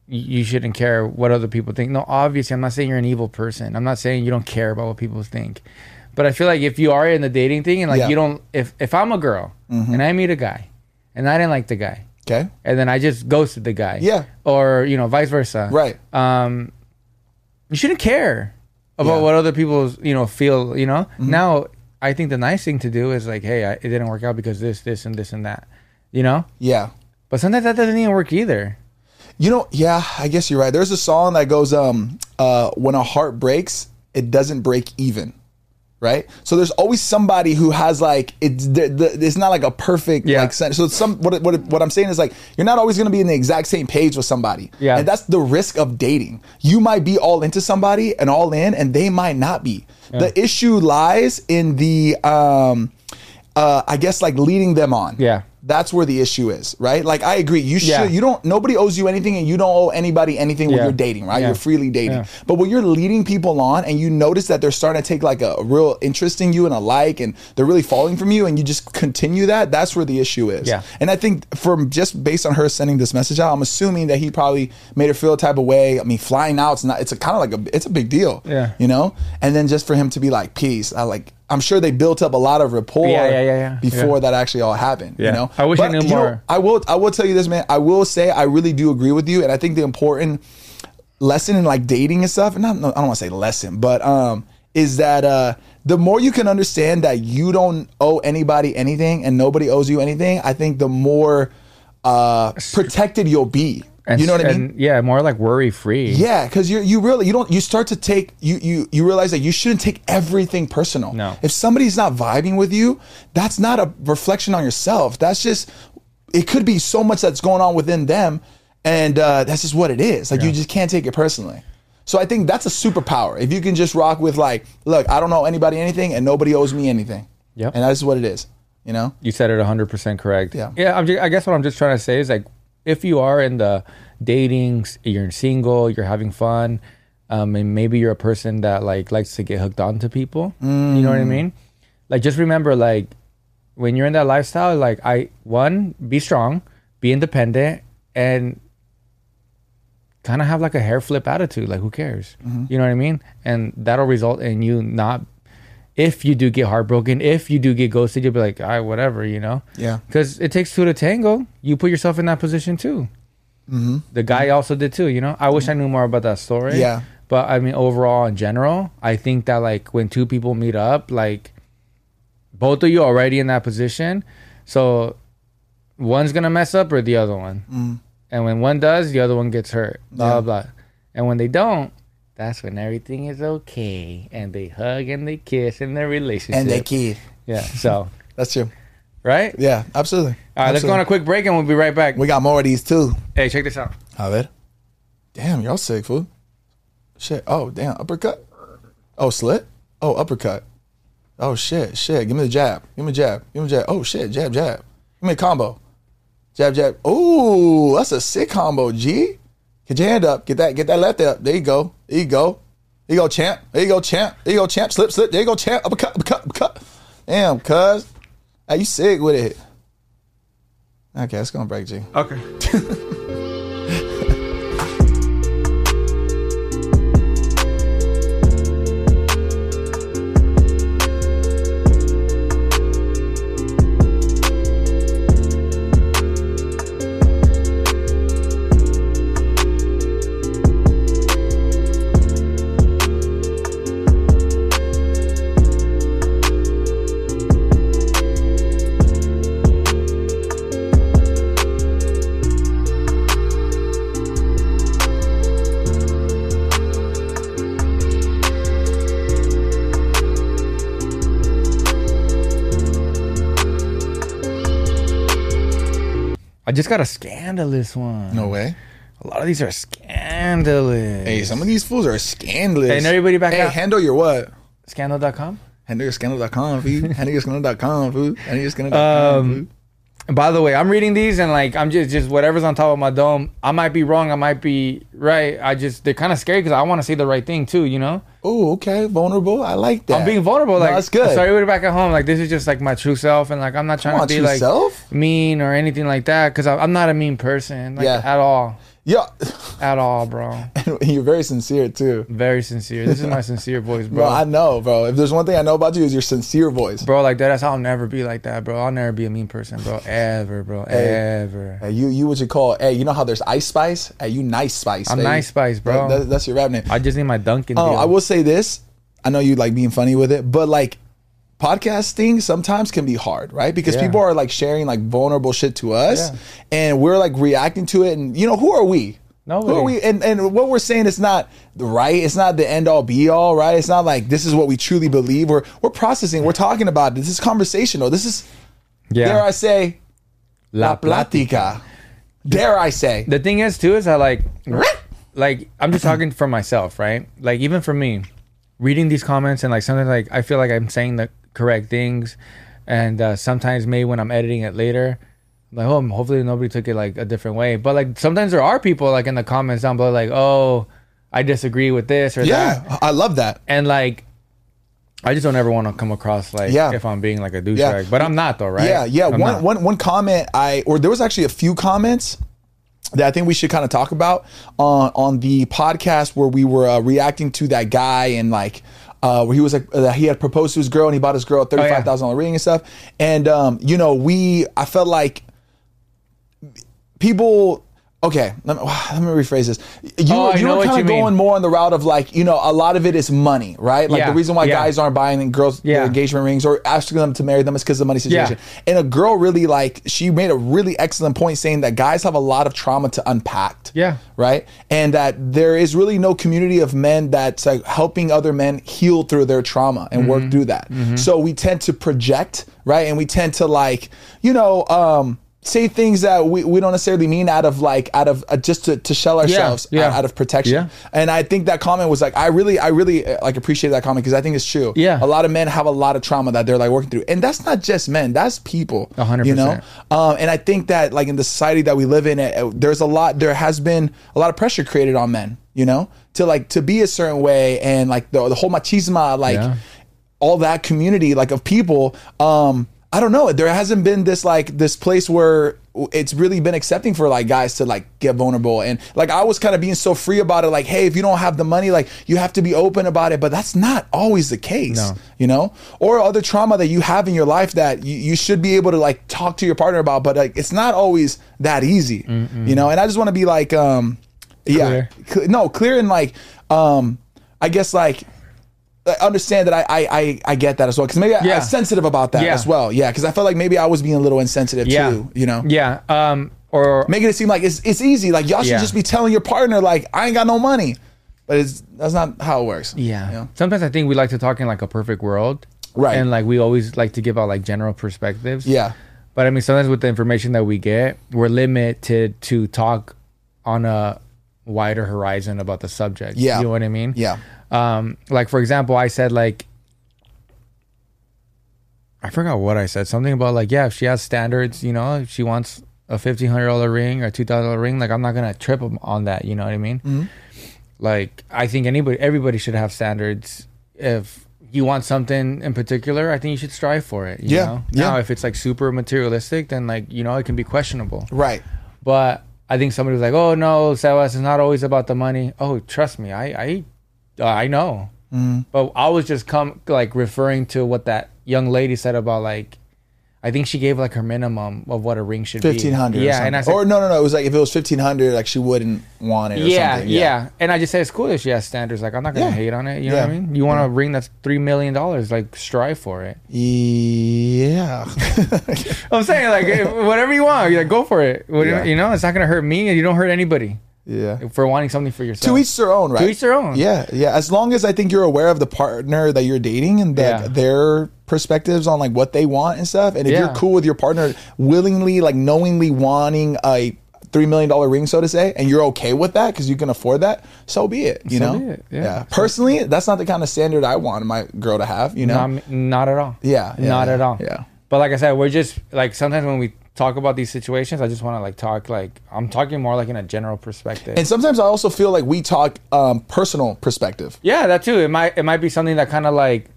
Speaker 2: y- you shouldn't care what other people think. No, obviously, I'm not saying you're an evil person. I'm not saying you don't care about what people think. But I feel like if you are in the dating thing and like
Speaker 3: Yeah. Mm-hmm.
Speaker 2: you don't, if if I'm a girl and I meet a guy and I didn't like the guy
Speaker 3: Okay.
Speaker 2: and then I just ghosted the guy,
Speaker 3: Yeah.
Speaker 2: or you know, vice versa,
Speaker 3: Right.
Speaker 2: um, you shouldn't care about
Speaker 3: Yeah. Mm-hmm.
Speaker 2: what other people you know feel. You know, now I think the nice thing to do is like, hey, I, it didn't work out because this, this, and this, and that. You know,
Speaker 3: Yeah.
Speaker 2: but sometimes that doesn't even work either.
Speaker 3: You know, yeah, I guess you're right. There's a song that goes, um, uh, when a heart breaks, it doesn't break even. right? So there's always somebody who has like it's the, the, it's not like a perfect
Speaker 2: Yeah.
Speaker 3: like sense. So it's some what what what I'm saying is like you're not always going to be in the exact same page with somebody.
Speaker 2: Yeah.
Speaker 3: And that's the risk of dating. You might be all into somebody and all in and they might not be. The issue lies in the um uh I guess like leading them on.
Speaker 2: Yeah.
Speaker 3: That's where the issue is, right? Like I agree. You should
Speaker 2: Yeah.
Speaker 3: you don't nobody owes you anything and you don't owe anybody anything when
Speaker 2: Yeah.
Speaker 3: you're dating, right?
Speaker 2: Yeah.
Speaker 3: You're freely dating.
Speaker 2: Yeah.
Speaker 3: But when you're leading people on and you notice that they're starting to take like a, a real interest in you and a like and they're really falling from you and you just continue that, that's where the issue is.
Speaker 2: Yeah.
Speaker 3: And I think from just based on her sending this message out, I'm assuming that he probably made her feel a type of way. I mean, flying out, it's not it's a kind of like a it's a big deal.
Speaker 2: Yeah.
Speaker 3: You know? And then just for him to be like, peace, I like I'm sure they built up a lot of rapport
Speaker 2: Yeah, yeah, yeah, yeah.
Speaker 3: before
Speaker 2: Yeah.
Speaker 3: that actually all happened.
Speaker 2: Yeah.
Speaker 3: You know?
Speaker 2: I wish I knew
Speaker 3: you know,
Speaker 2: more.
Speaker 3: I will I will tell you this, man. I will say I really do agree with you, and I think the important lesson in like dating and stuff, and not no, I don't want to say lesson, but um, is that uh the more you can understand that you don't owe anybody anything and nobody owes you anything, I think the more uh protected you'll be.
Speaker 2: And,
Speaker 3: you know what I mean?
Speaker 2: and, yeah, more like worry free.
Speaker 3: Yeah, because you you really you don't you start to take you you you realize that you shouldn't take everything personal.
Speaker 2: No.
Speaker 3: If somebody's not vibing with you, that's not a reflection on yourself. That's just it could be so much that's going on within them, and uh, that's just what it is. Like you just can't take it personally. So I think that's a superpower. If you can just rock with like, look, I don't owe anybody anything, and nobody owes me anything.
Speaker 2: Yep.
Speaker 3: And that's what it is. You know.
Speaker 2: You said it 100% correct.
Speaker 3: Yeah.
Speaker 2: Yeah. I'm ju- I guess what I'm just trying to say is like, if you are in the dating, s- you're single, you're having fun, um, and maybe you're a person that like likes to get hooked onto people. You know what I mean? Like, just remember, like, when you're in that lifestyle, like, I one be strong, be independent, and kind of have like a hair flip attitude. Like, who cares? You know what I mean? And that'll result in you not, if you do get heartbroken, if you do get ghosted, you'll be like, all right, whatever, you know?
Speaker 3: Yeah.
Speaker 2: Because it takes two to tango. You put yourself in that position too.
Speaker 3: Mm-hmm.
Speaker 2: The guy also did too, you know? I wish I knew more about that story.
Speaker 3: Yeah.
Speaker 2: But I mean, overall, in general, I think that like when two people meet up, like both of you already in that position. So one's gonna mess up or the other one.
Speaker 3: Mm.
Speaker 2: And when one does, the other one gets hurt. Blah blah blah. And when they don't, that's when everything is okay. And they hug and they kiss in their relationship.
Speaker 3: And they kid.
Speaker 2: yeah. So
Speaker 3: That's true.
Speaker 2: right. All
Speaker 3: Yeah, absolutely. All
Speaker 2: right. Let's go on a quick break and we'll be right back.
Speaker 3: We got more of these too.
Speaker 2: Hey, check this out.
Speaker 3: A ver. Damn, y'all sick, fool. Shit. Oh, damn. Uppercut. Oh, slit. Oh, uppercut. Oh, shit. Shit. Give me the jab. Give me a jab. Give me a jab. Oh, shit. Jab, jab. Give me a combo. Jab, jab. Ooh, that's a sick combo, G. Get your hand up. Get that. Get that left up. There you go. There you go. There you go, champ. There you go, champ. There you go, champ. Slip, slip. There you go, champ. Uppercut, uppercut, uppercut. Damn, cuz. Hey, you sick with it. Okay, it's gonna break, G.
Speaker 1: Okay.
Speaker 2: I just got a scandalous one.
Speaker 3: No way.
Speaker 2: A lot of these are scandalous.
Speaker 3: Hey, some of these fools are scandalous.
Speaker 2: Hey, and everybody back
Speaker 3: hey,
Speaker 2: out.
Speaker 3: handle your what?
Speaker 2: Scandal.com.
Speaker 3: Handle your scandal.com, food. handle your scandal.com, food. Handle your scandal.com,
Speaker 2: Um, By the way, I'm reading these and like I'm just just whatever's on top of my dome. I might be wrong, I might be right. I just they're kind of scary because I want to say the right thing too. You know,
Speaker 3: Oh, okay. Vulnerable. I like that.
Speaker 2: I'm being vulnerable.
Speaker 3: No,
Speaker 2: Like
Speaker 3: that's good.
Speaker 2: So everybody back at home, like this is just like my true self, and like I'm not trying
Speaker 3: Come on,
Speaker 2: to be
Speaker 3: true
Speaker 2: like
Speaker 3: self?
Speaker 2: mean or anything like that because I'm not a mean person. Like,
Speaker 3: Yeah.
Speaker 2: at all,
Speaker 3: Yeah.
Speaker 2: at all, bro.
Speaker 3: And you're very sincere, too.
Speaker 2: Very sincere. This is my sincere voice, bro.
Speaker 3: Bro, I know, bro. If there's one thing I know about you is your sincere voice.
Speaker 2: Bro, like that, that's I'll never be like that, bro. I'll never be a mean person, bro. Ever, bro. Ever.
Speaker 3: Hey, you, you what you call, hey, you know how there's Ice Spice? Hey, you Nice Spice,
Speaker 2: I'm
Speaker 3: baby.
Speaker 2: Nice Spice, bro.
Speaker 3: That- that- that's your rap name.
Speaker 2: I just need my Dunkin'.
Speaker 3: Oh,
Speaker 2: deal.
Speaker 3: I will say this. I know you like being funny with it, but like podcasting sometimes can be hard, right? Because
Speaker 2: Yeah.
Speaker 3: people are like sharing like vulnerable shit to us
Speaker 2: Yeah.
Speaker 3: and we're like reacting to it. And you know, who are we?
Speaker 2: Nobody.
Speaker 3: Who are we? And, and what we're saying is not the right. It's not the end all be all, right? It's not like this is what we truly believe. We're we're processing. We're talking about it. This is conversational. This is
Speaker 2: Yeah.
Speaker 3: dare I say la
Speaker 2: plati-
Speaker 3: platica. Dare I say?
Speaker 2: The thing is, too, is I like, like I'm just talking for myself, right? Like even for me, reading these comments and like sometimes like I feel like I'm saying the correct things, and uh, sometimes maybe when I'm editing it later, I'm like oh hopefully nobody took it like a different way. But like sometimes there are people like in the comments down below like oh I disagree with this or that,
Speaker 3: Yeah, I love that.
Speaker 2: and like. I just don't ever want to come across like
Speaker 3: Yeah.
Speaker 2: if I'm being like a douchebag,
Speaker 3: Yeah.
Speaker 2: but I'm not though, right?
Speaker 3: Yeah, yeah.
Speaker 2: I'm
Speaker 3: One,
Speaker 2: not.
Speaker 3: one, one comment I, or there was actually a few comments that I think we should kind of talk about on on the podcast where we were uh, reacting to that guy and like uh, where he was like uh, he had proposed to his girl and he bought his
Speaker 2: Oh,
Speaker 3: girl a thirty five thousand dollar ring and stuff. And um, you know, we I felt like people. Okay, let me, let me rephrase this. You,
Speaker 2: Oh, I
Speaker 3: you
Speaker 2: know
Speaker 3: were
Speaker 2: what
Speaker 3: kind
Speaker 2: you
Speaker 3: of
Speaker 2: mean.
Speaker 3: going more on the route of like, you know, a lot of it is money, right? Like
Speaker 2: Yeah,
Speaker 3: the reason why
Speaker 2: yeah.
Speaker 3: guys aren't buying girls their
Speaker 2: Yeah.
Speaker 3: engagement rings or asking them to marry them is because of the money situation. And a girl really like she made a really excellent point saying that guys have a lot of trauma to unpack.
Speaker 2: Yeah.
Speaker 3: Right? And that there is really no community of men that's like helping other men heal through their trauma and
Speaker 2: Mm-hmm.
Speaker 3: work through that. So we tend to project, right? And we tend to like, you know, um say things that we, we don't necessarily mean out of like out of uh, just to, to shell ourselves
Speaker 2: yeah.
Speaker 3: Out, out of protection
Speaker 2: Yeah.
Speaker 3: and i think that comment was like i really i really uh, like appreciate that comment because i think it's true
Speaker 2: Yeah.
Speaker 3: a lot of men have a lot of trauma that they're like working through and that's not just men that's people
Speaker 2: A hundred
Speaker 3: you know
Speaker 2: percent.
Speaker 3: um, and i think that like in the society that we live in uh, there's a lot there has been a lot of pressure created on men you know to like to be a certain way and like the, the whole machismo like
Speaker 2: Yeah.
Speaker 3: all that community like of people um i don't know there hasn't been this like this place where it's really been accepting for like guys to like get vulnerable and like i was kind of being so free about it like hey if you don't have the money like you have to be open about it but that's not always the case
Speaker 2: No.
Speaker 3: you know or other trauma that you have in your life that you, you should be able to like talk to your partner about but like it's not always that easy you know and i just want to be like um yeah
Speaker 2: Clear.
Speaker 3: cl- no clear and like um i guess like I understand that I I I, I get that as well because maybe I, I
Speaker 2: Yeah.
Speaker 3: was sensitive about that
Speaker 2: Yeah.
Speaker 3: as well. Yeah, because I felt like maybe I was being a little insensitive
Speaker 2: yeah,
Speaker 3: too. You know,
Speaker 2: yeah, um, or
Speaker 3: making it seem like it's it's easy. Like y'all should
Speaker 2: Yeah.
Speaker 3: just be telling your partner like I ain't got no money, but it's that's not how it works.
Speaker 2: Yeah.
Speaker 3: You know?
Speaker 2: Sometimes I think we like to talk in like a perfect world.
Speaker 3: Right.
Speaker 2: And like we always like to give out like general perspectives.
Speaker 3: Yeah.
Speaker 2: But I mean sometimes with the information that we get, we're limited to talk on a wider horizon about the subject.
Speaker 3: Yeah.
Speaker 2: You know what I mean?
Speaker 3: Yeah.
Speaker 2: Um like for example, I said like I forgot what I said. Something about like, yeah, if she has standards, you know, if she wants a fifteen hundred dollar ring or a two thousand dollar ring, like I'm not gonna trip 'em on that. You know what I mean?
Speaker 3: Mm-hmm.
Speaker 2: Like I think anybody, everybody should have standards. If you want something in particular, I think you should strive for it. You
Speaker 3: Yeah,
Speaker 2: Know?
Speaker 3: yeah.
Speaker 2: Now, if it's like super materialistic, then like you know it can be questionable.
Speaker 3: Right.
Speaker 2: But I think somebody was like, "Oh no, Sebas, it's not always about the money." Oh, trust me, I I uh, I know.
Speaker 3: Mm.
Speaker 2: But I was just come like referring to what that young lady said about like, I think she gave like her minimum of what a ring should be.
Speaker 3: Fifteen hundred.
Speaker 2: Yeah, and I said,
Speaker 3: or no no no. It was like if it was fifteen hundred, like she wouldn't want it. Or
Speaker 2: yeah,
Speaker 3: something.
Speaker 2: yeah, And I just said it's cool that she has standards. Like I'm not gonna
Speaker 3: Yeah.
Speaker 2: hate on it. You know what I
Speaker 3: Yeah.
Speaker 2: mean? You want a ring that's three million dollars? Like strive for it.
Speaker 3: Yeah.
Speaker 2: I'm saying like if- whatever you want, like go for it. What-
Speaker 3: Yeah.
Speaker 2: You know, it's not gonna hurt me, and you don't hurt anybody
Speaker 3: yeah.
Speaker 2: for wanting something for yourself.
Speaker 3: To each their own, right?
Speaker 2: uh, To each their own.
Speaker 3: Yeah, yeah. As long as I think you're aware of the partner that you're dating and that
Speaker 2: Yeah.
Speaker 3: their perspectives on like what they want and stuff, and if
Speaker 2: Yeah.
Speaker 3: you're cool with your partner willingly, like knowingly wanting a three million dollar ring, so to say, and you're okay with that because you can afford that, so be it. You
Speaker 2: So
Speaker 3: know.
Speaker 2: be it, yeah.
Speaker 3: Personally, that's not the kind of standard I want my girl to have. You know.
Speaker 2: Not, not at all.
Speaker 3: Yeah, yeah,
Speaker 2: not
Speaker 3: yeah,
Speaker 2: at all.
Speaker 3: yeah.
Speaker 2: But like I said, we're just like sometimes when we talk about these situations, I just want to like talk like I'm talking more like in a general perspective.
Speaker 3: and sometimes I also feel like we talk um, personal perspective.
Speaker 2: yeah, that too. It might it might be something that kind of like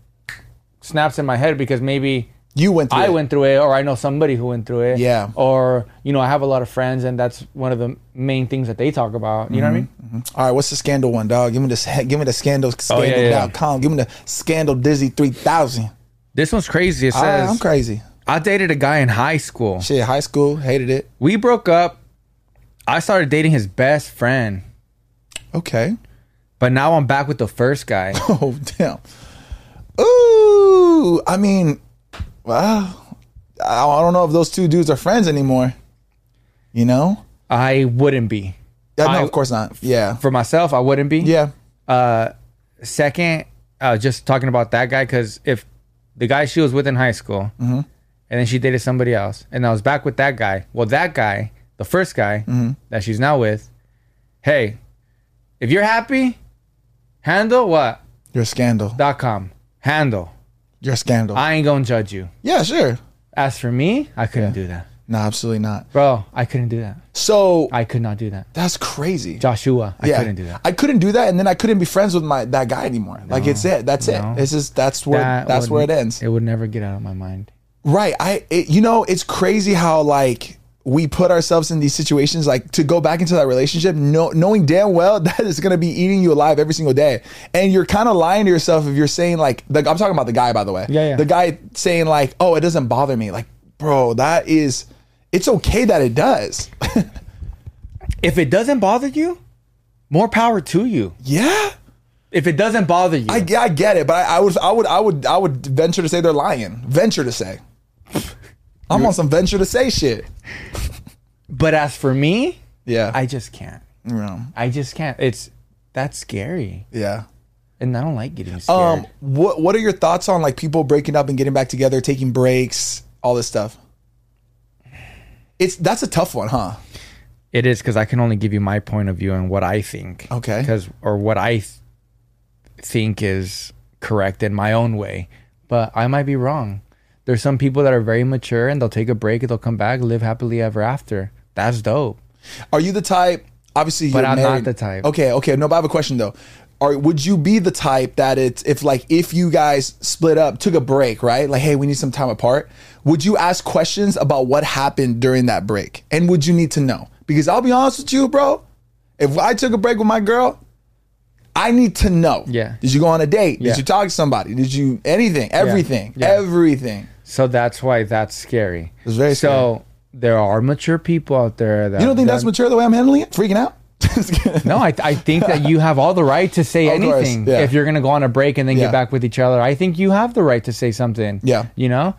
Speaker 2: snaps in my head because maybe
Speaker 3: You went through.
Speaker 2: I
Speaker 3: it.
Speaker 2: went through it, or I know somebody who went through it.
Speaker 3: Yeah.
Speaker 2: Or you know, I have a lot of friends, and that's one of the main things that they talk about. You know what I mean?
Speaker 3: All right, what's the scandal one, dog? Give me the give me the scandal
Speaker 2: Oh,
Speaker 3: scandal.com.
Speaker 2: yeah, yeah, yeah.
Speaker 3: Give me the scandal dizzy three thousand.
Speaker 2: This one's crazy. It says
Speaker 3: I'm crazy.
Speaker 2: I dated a guy in high school.
Speaker 3: Shit, high school hated it.
Speaker 2: We broke up. I started dating his best friend,
Speaker 3: Okay.
Speaker 2: but now I'm back with the first guy.
Speaker 3: Oh damn. Ooh, I mean, wow. I I don't know if those two dudes are friends anymore. You know,
Speaker 2: I wouldn't be.
Speaker 3: Yeah, no,
Speaker 2: I-
Speaker 3: of course not. Yeah.
Speaker 2: For myself, I wouldn't be. Uh,
Speaker 3: Yeah.
Speaker 2: Second, uh, just talking about that guy because if the guy she was with in high school,
Speaker 3: Mm-hmm.
Speaker 2: and then she dated somebody else, and I was back with that guy. Well, that guy, the first guy
Speaker 3: Mm-hmm.
Speaker 2: that she's now with, hey, if you're happy, handle what
Speaker 3: You're a scandal.
Speaker 2: dot com handle.
Speaker 3: You're a scandal.
Speaker 2: I ain't gonna judge you.
Speaker 3: yeah, sure.
Speaker 2: As for me, I couldn't do that,
Speaker 3: No, absolutely not.
Speaker 2: bro. I couldn't do that.
Speaker 3: So
Speaker 2: I could not do that.
Speaker 3: that's crazy.
Speaker 2: Joshua, I
Speaker 3: yeah.
Speaker 2: couldn't do that.
Speaker 3: I couldn't do that, and then I couldn't be friends with my that guy anymore. like it's it. That's
Speaker 2: No.
Speaker 3: it. It's just that's where
Speaker 2: That
Speaker 3: that's where it
Speaker 2: wouldn't-
Speaker 3: ends.
Speaker 2: It would never get out of my mind.
Speaker 3: Right. I it, you know, it's crazy how like we put ourselves in these situations like to go back into that relationship no, knowing damn well that is going to be eating you alive every single day and you're kind of lying to yourself if you're saying like the, i'm talking about the guy by the way
Speaker 2: Yeah, yeah.
Speaker 3: the guy saying like oh it doesn't bother me like bro that is it's okay that it does
Speaker 2: If it doesn't bother you, more power to you.
Speaker 3: yeah
Speaker 2: If it doesn't bother you,
Speaker 3: I, yeah, I get it but I, I would i would i would i would venture to say they're lying venture to say i'm on some venture to say shit
Speaker 2: but as for me,
Speaker 3: yeah
Speaker 2: I just can't.
Speaker 3: you know,
Speaker 2: I just can't. It's that's scary,
Speaker 3: yeah
Speaker 2: and I don't like getting scared.
Speaker 3: Um, what what are your thoughts on like people breaking up and getting back together, taking breaks, all this stuff? It's that's a tough one, huh?
Speaker 2: it is because I can only give you my point of view and what I think.
Speaker 3: Okay.
Speaker 2: Because or what I th- think is correct in my own way, but I might be wrong. There's some people that are very mature and they'll take a break and they'll come back, live happily ever after. That's dope.
Speaker 3: Are you the type? Obviously, you're
Speaker 2: I'm not
Speaker 3: married.
Speaker 2: the type.
Speaker 3: Okay, okay. No, but I have a question though. Are would you be the type that it's if like if you guys split up, took a break, right? Like, hey, we need some time apart. Would you ask questions about what happened during that break, and would you need to know? Because I'll be honest with you, bro. If I took a break with my girl, I need to know.
Speaker 2: Yeah.
Speaker 3: Did you go on a date?
Speaker 2: Yeah.
Speaker 3: Did you talk to somebody? Did you anything? Everything.
Speaker 2: Yeah.
Speaker 3: Everything.
Speaker 2: So that's why that's scary.
Speaker 3: It's very
Speaker 2: So there are mature people out there that
Speaker 3: You don't think
Speaker 2: that-
Speaker 3: that's mature the way I'm handling it? Freaking out? Just kidding.
Speaker 2: No, I, I think that you have all the right to say
Speaker 3: Of course,
Speaker 2: anything.
Speaker 3: yeah.
Speaker 2: If you're going to go on a break and then
Speaker 3: Yeah.
Speaker 2: get back with each other, I think you have the right to say something.
Speaker 3: Yeah.
Speaker 2: You know?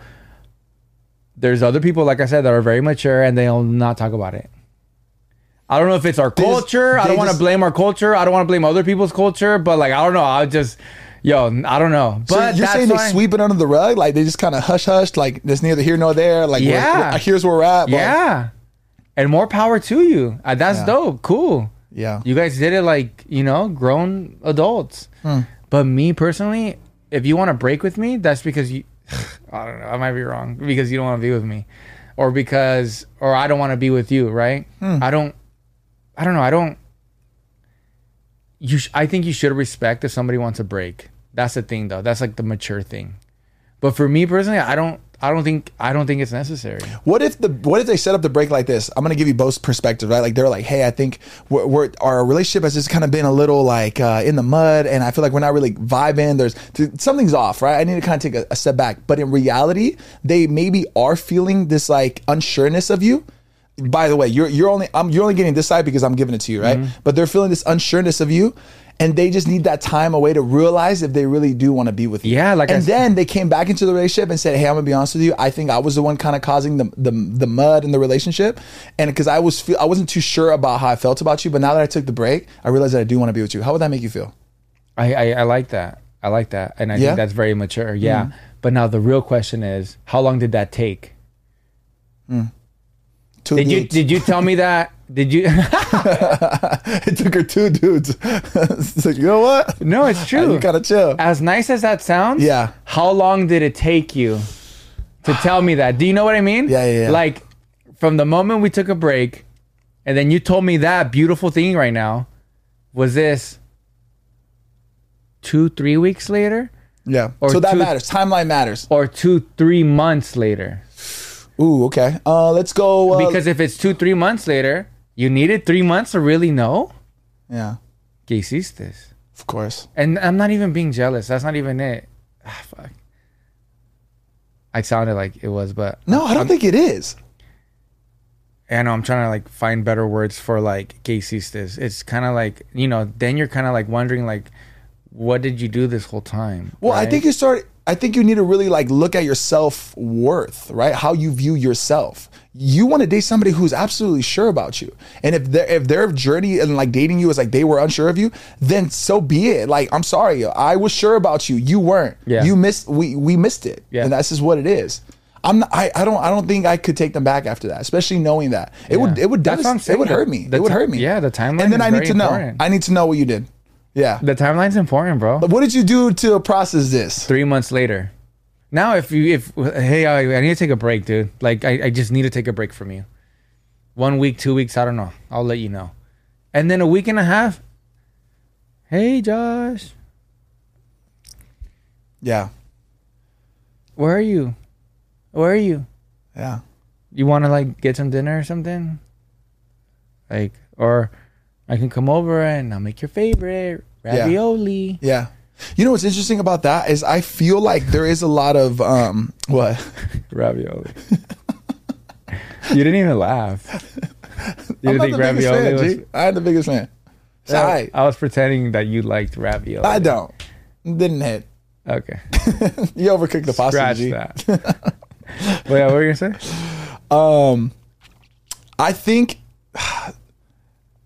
Speaker 2: There's other people, like I said, that are very mature and they'll not talk about it. I don't know if it's our
Speaker 3: just-
Speaker 2: culture. I
Speaker 3: they
Speaker 2: don't want to
Speaker 3: just-
Speaker 2: blame our culture. I don't want to blame other people's culture, but like, I don't know. I just, yo, I don't know.
Speaker 3: So
Speaker 2: But
Speaker 3: you're
Speaker 2: that's
Speaker 3: saying they
Speaker 2: why-
Speaker 3: sweep it under the rug, like they just kind of hush hush, like there's neither here nor there. Like we're-
Speaker 2: Yeah.
Speaker 3: we're- here's where we're at. but-
Speaker 2: Yeah. And more power to you. Uh, that's dope. Cool.
Speaker 3: yeah.
Speaker 2: You guys did it like, you know, grown adults. But me personally, if you want to break with me, that's because you, I don't know, I might be wrong, because you don't want to be with me or because, or I don't want to be with you, right? I don't, I don't know, I don't, you, sh- I think you should respect if somebody wants a break. That's the thing though. That's like the mature thing. But for me personally, I don't, I don't think, I don't think it's necessary.
Speaker 3: What if the what if they set up the break like this? I'm gonna give you both perspectives, right? Like they're like, hey, I think we're, we're our relationship has just kind of been a little like uh, in the mud, and I feel like we're not really vibing. There's th- something's off, right? I need to kind of take a, a step back. But in reality, they maybe are feeling this like unsureness of you. By the way, you're you're only I'm you're only getting this side because I'm giving it to you, right?
Speaker 2: Mm-hmm.
Speaker 3: But they're feeling this unsureness of you. And they just need that time away to realize if they really do want to be with you.
Speaker 2: Yeah, like I
Speaker 3: and
Speaker 2: s-
Speaker 3: then then they came back into the relationship and said, "Hey, I'm gonna be honest with you. I think I was the one kind of causing the, the the mud in the relationship, and because I was feel, I wasn't too sure about how I felt about you, but now that I took the break, I realized that I do want to be with you. How would that make you feel?
Speaker 2: I, I, I like that. I like that. And I
Speaker 3: Yeah? Mm-hmm.
Speaker 2: think that's very mature. Yeah. But now the real question is how long did that take?
Speaker 3: Two
Speaker 2: Did you
Speaker 3: dudes.
Speaker 2: did you tell me that? Did you
Speaker 3: it took her two dudes. it's like, you know what?
Speaker 2: No, it's
Speaker 3: You
Speaker 2: true.
Speaker 3: gotta chill.
Speaker 2: As nice as that sounds,
Speaker 3: Yeah.
Speaker 2: How long did it take you to tell me that? Do you know what I mean?
Speaker 3: Yeah, yeah, yeah.
Speaker 2: Like from the moment we took a break and then you told me that beautiful thing right now, was this two, three weeks later?
Speaker 3: Yeah.
Speaker 2: Or
Speaker 3: So that
Speaker 2: two-
Speaker 3: matters. Timeline matters.
Speaker 2: Or two, three months later?
Speaker 3: Ooh, okay. Uh, let's go. Uh,
Speaker 2: Because if it's two, three months later, you needed three months to really know.
Speaker 3: yeah,
Speaker 2: Que hiciste?
Speaker 3: of course.
Speaker 2: And I'm not even being jealous. That's not even it. Ah, fuck. I sounded like it was, but
Speaker 3: No, I don't think it is.
Speaker 2: I know I'm trying to like find better words for like que hiciste. It's kind of like you know. Then you're kind of like wondering like, what did you do this whole time?
Speaker 3: Well, I
Speaker 2: right?
Speaker 3: think you start. I think you need to really like look at your self worth, right? How you view yourself. You want to date somebody who's absolutely sure about you. And if their if their journey and like dating you is like they were unsure of you, then so be it. Like I'm sorry, I was sure about you. You weren't.
Speaker 2: Yeah.
Speaker 3: You missed. We we missed it.
Speaker 2: Yeah.
Speaker 3: And that's just what it is. I'm not, I, I don't I don't think I could take them back after that, especially knowing that it would
Speaker 2: Yeah.
Speaker 3: it would
Speaker 2: That's what I'm
Speaker 3: devast- it would
Speaker 2: saying.
Speaker 3: hurt me.
Speaker 2: The
Speaker 3: it would
Speaker 2: ti-
Speaker 3: hurt me.
Speaker 2: yeah, the timeline
Speaker 3: And then
Speaker 2: is
Speaker 3: I need
Speaker 2: very
Speaker 3: to know.
Speaker 2: important.
Speaker 3: I need to know what you did. Yeah.
Speaker 2: The timeline's important, bro.
Speaker 3: What did you do to process this?
Speaker 2: Three months later. Now, if you, if, hey, I, I need to take a break, dude. Like, I, I just need to take a break from you. One week, two weeks, I don't know. I'll let you know. And then a week and a half. Hey, Josh,
Speaker 3: Yeah.
Speaker 2: where are you? Where are you?
Speaker 3: Yeah.
Speaker 2: you want to like get some dinner or something like or i can come over and i'll make your favorite
Speaker 3: Yeah.
Speaker 2: ravioli
Speaker 3: Yeah. You know what's interesting about that is I feel like there is a lot of um what
Speaker 2: ravioli you didn't even laugh you
Speaker 3: I'm
Speaker 2: didn't
Speaker 3: not
Speaker 2: think
Speaker 3: the biggest fan,
Speaker 2: ravioli was
Speaker 3: G. I'm the biggest fan. It's all right.
Speaker 2: Uh, i was pretending that you liked ravioli
Speaker 3: I don't. Didn't hit.
Speaker 2: okay
Speaker 3: You overcooked the pasta.
Speaker 2: scratch
Speaker 3: G.
Speaker 2: that Wait, what were you gonna say
Speaker 3: Um I think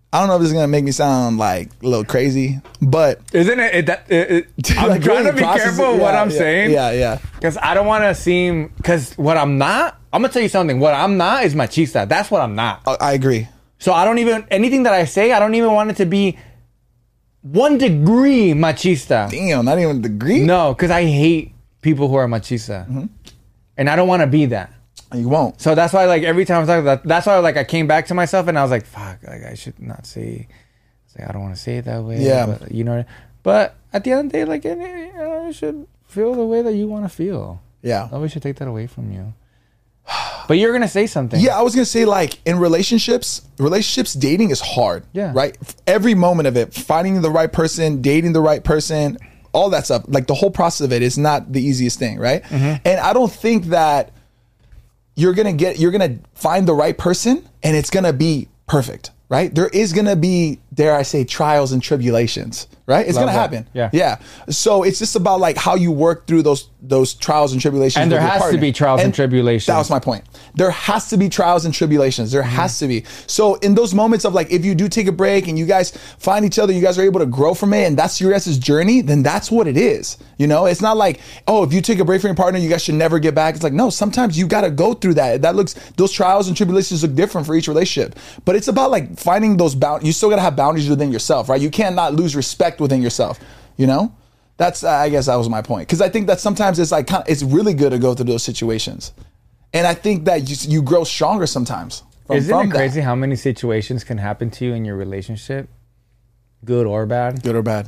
Speaker 3: I don't know if this is gonna make me sound like a little crazy, but
Speaker 2: isn't it, it, that, it, it- i'm
Speaker 3: like,
Speaker 2: trying
Speaker 3: really
Speaker 2: to be
Speaker 3: process it.
Speaker 2: careful what
Speaker 3: Yeah,
Speaker 2: i'm
Speaker 3: yeah,
Speaker 2: saying
Speaker 3: Yeah, yeah.
Speaker 2: Because I don't want to seem. Because what I'm not, I'm gonna tell you something. What I'm not is machista. That's what I'm not.
Speaker 3: Oh, I I agree.
Speaker 2: So I don't even anything that I say. I don't even want it to be one degree machista.
Speaker 3: Damn, not even a degree.
Speaker 2: No, because I hate people who are machista,
Speaker 3: Mm-hmm.
Speaker 2: and I don't want to be that.
Speaker 3: You won't.
Speaker 2: So that's why, like every time I talk about, that's why, like I came back to myself and I was like, "Fuck, like I should not say." It's like I don't want to say it that way.
Speaker 3: Yeah.
Speaker 2: but, you know. But at the end of the day, like eh, eh, you know, you should feel the way that you want to feel.
Speaker 3: Yeah.
Speaker 2: Oh, we should take that away from you. But you're gonna say something.
Speaker 3: Yeah, I was gonna say like in relationships, relationships dating is hard.
Speaker 2: Yeah.
Speaker 3: Right. Every moment of it, finding the right person, dating the right person, all that stuff. Like the whole process of it is not the easiest thing, right?
Speaker 2: Mm-hmm.
Speaker 3: And I don't think that you're gonna get you're gonna find the right person and it's gonna be perfect, right? There is gonna be dare I say trials and tribulations, right? It's gonna
Speaker 2: that.
Speaker 3: happen.
Speaker 2: Yeah.
Speaker 3: Yeah. So it's just about like how you work through those those trials and tribulations.
Speaker 2: And
Speaker 3: with
Speaker 2: there
Speaker 3: your
Speaker 2: has to
Speaker 3: partner.
Speaker 2: be trials and tribulations.
Speaker 3: That was my point. There has to be trials and tribulations. There has to be. So in those moments of like, if you do take a break and you guys find each other, you guys are able to grow from it, and that's your guys' journey, then that's what it is. You know, it's not like, oh, if you take a break from your partner, you guys should never get back. It's like, no, sometimes you gotta go through that. That looks those trials and tribulations look different for each relationship. But it's about like finding those boundaries. You still gotta have boundaries within yourself, right? You can't not lose respect within yourself, you know? That's I guess that was my point because I think that sometimes it's like kind of, it's really good to go through those situations, and I think that you, you grow stronger sometimes. From,
Speaker 2: Isn't
Speaker 3: from
Speaker 2: it
Speaker 3: that.
Speaker 2: crazy how many situations can happen to you in your relationship, good or bad?
Speaker 3: Good or bad?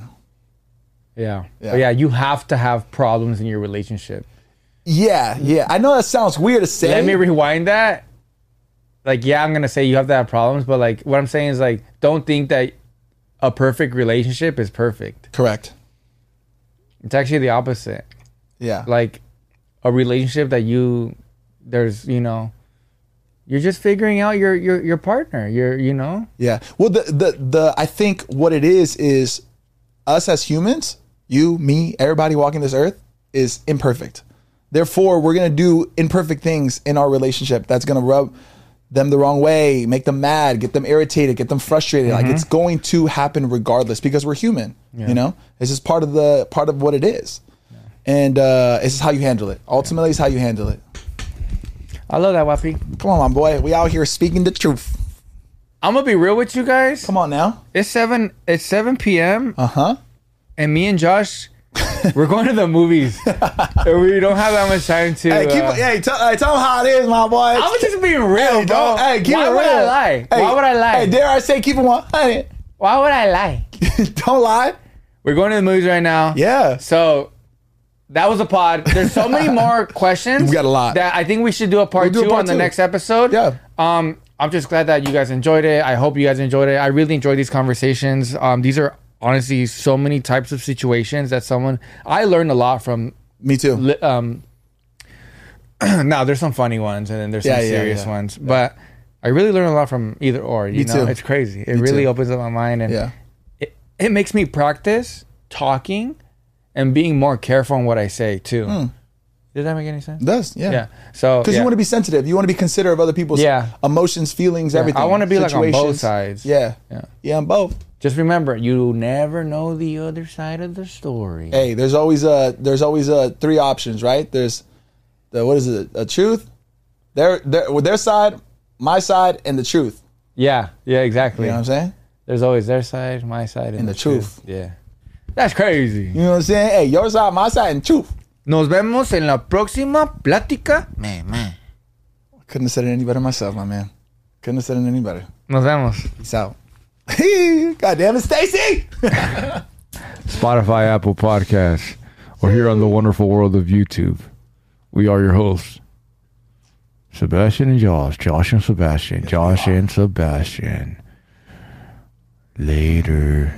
Speaker 2: Yeah. Yeah.
Speaker 3: Yeah.
Speaker 2: yeah, you have to have problems in your relationship.
Speaker 3: Yeah, yeah. I know that sounds weird to say.
Speaker 2: Let me rewind that. Like, yeah, I'm gonna say you have to have problems, but like, what I'm saying is like, don't think that a perfect relationship is perfect.
Speaker 3: Correct.
Speaker 2: It's actually the opposite.
Speaker 3: Yeah.
Speaker 2: like a relationship that you there's you know you're just figuring out your your your partner you're you know
Speaker 3: Yeah. Well, the, the the I think what it is is us as humans, you, me, everybody walking this earth is imperfect. Therefore, we're gonna do imperfect things in our relationship. That's gonna rub them the wrong way, make them mad, get them irritated, get them frustrated. Like it's going to happen regardless because we're human. You know, it's just part of the part of what it is, and uh, it's just how you handle it. Ultimately, it's how you handle it.
Speaker 2: i love that wappy
Speaker 3: Come on, my boy. We out here speaking the truth.
Speaker 2: i'm gonna be real with you guys
Speaker 3: Come on now.
Speaker 2: it's 7 it's 7 p.m
Speaker 3: Uh huh.
Speaker 2: and me and josh we're going to the movies And we don't have that much time to
Speaker 3: Hey, keep,
Speaker 2: uh,
Speaker 3: hey, tell, hey, tell 'em how it is, my boy.
Speaker 2: i'm just being real
Speaker 3: hey,
Speaker 2: bro
Speaker 3: don't- hey, keep
Speaker 2: why
Speaker 3: it
Speaker 2: would
Speaker 3: real.
Speaker 2: i lie
Speaker 3: Hey,
Speaker 2: why would i lie
Speaker 3: Hey, dare I say, keep it 100.
Speaker 2: why would i lie
Speaker 3: don't lie.
Speaker 2: we're going to the movies right now
Speaker 3: Yeah.
Speaker 2: So that was a pod. There's so many more questions.
Speaker 3: We got a lot.
Speaker 2: That I think we should do a part
Speaker 3: We'll do a
Speaker 2: two
Speaker 3: part
Speaker 2: on the
Speaker 3: two.
Speaker 2: next episode.
Speaker 3: Yeah.
Speaker 2: Um, I'm just glad that you guys enjoyed it. I hope you guys enjoyed it. I really enjoyed these conversations. Um, these are honestly so many types of situations that someone I learned a lot from.
Speaker 3: Me too.
Speaker 2: li- Um, now there's some funny ones and then there's
Speaker 3: Yeah,
Speaker 2: some
Speaker 3: yeah,
Speaker 2: serious
Speaker 3: yeah.
Speaker 2: ones, but I really learned a lot from either or. You know,
Speaker 3: too.
Speaker 2: it's crazy. It really
Speaker 3: too.
Speaker 2: opens up my mind and
Speaker 3: yeah.
Speaker 2: it, it makes me practice talking and being more careful in what I say too. Did that make any sense?
Speaker 3: does yeah.
Speaker 2: Yeah. So
Speaker 3: Because
Speaker 2: yeah.
Speaker 3: Hmm. you want to be sensitive. You want to be considerate of other people's
Speaker 2: Yeah.
Speaker 3: emotions, feelings, everything.
Speaker 2: I wanna be, like, on both
Speaker 3: situations.
Speaker 2: sides.
Speaker 3: Yeah.
Speaker 2: Yeah.
Speaker 3: Yeah, on both.
Speaker 2: just remember, you never know the other side of the story.
Speaker 3: Hey, there's always uh there's always uh three options, right? There's the what is it? A truth, their their with their side, my side, and the truth.
Speaker 2: Yeah, yeah, exactly.
Speaker 3: You know what I'm saying?
Speaker 2: There's always their side, my side, and,
Speaker 3: the truth.
Speaker 2: Yeah, that's crazy.
Speaker 3: You know what I'm saying? Hey, your side, my side, and truth.
Speaker 2: Nos vemos en la próxima plática. Man, man.
Speaker 3: Couldn't have said it any better myself, my man. Couldn't have said it any better.
Speaker 2: Nos vemos.
Speaker 3: Peace out. God damn it, Stacy!
Speaker 4: Spotify, Apple Podcasts, or here on the wonderful world of YouTube. We are your hosts, Sebastian and Josh, Josh and Sebastian, Josh and Sebastian. Later.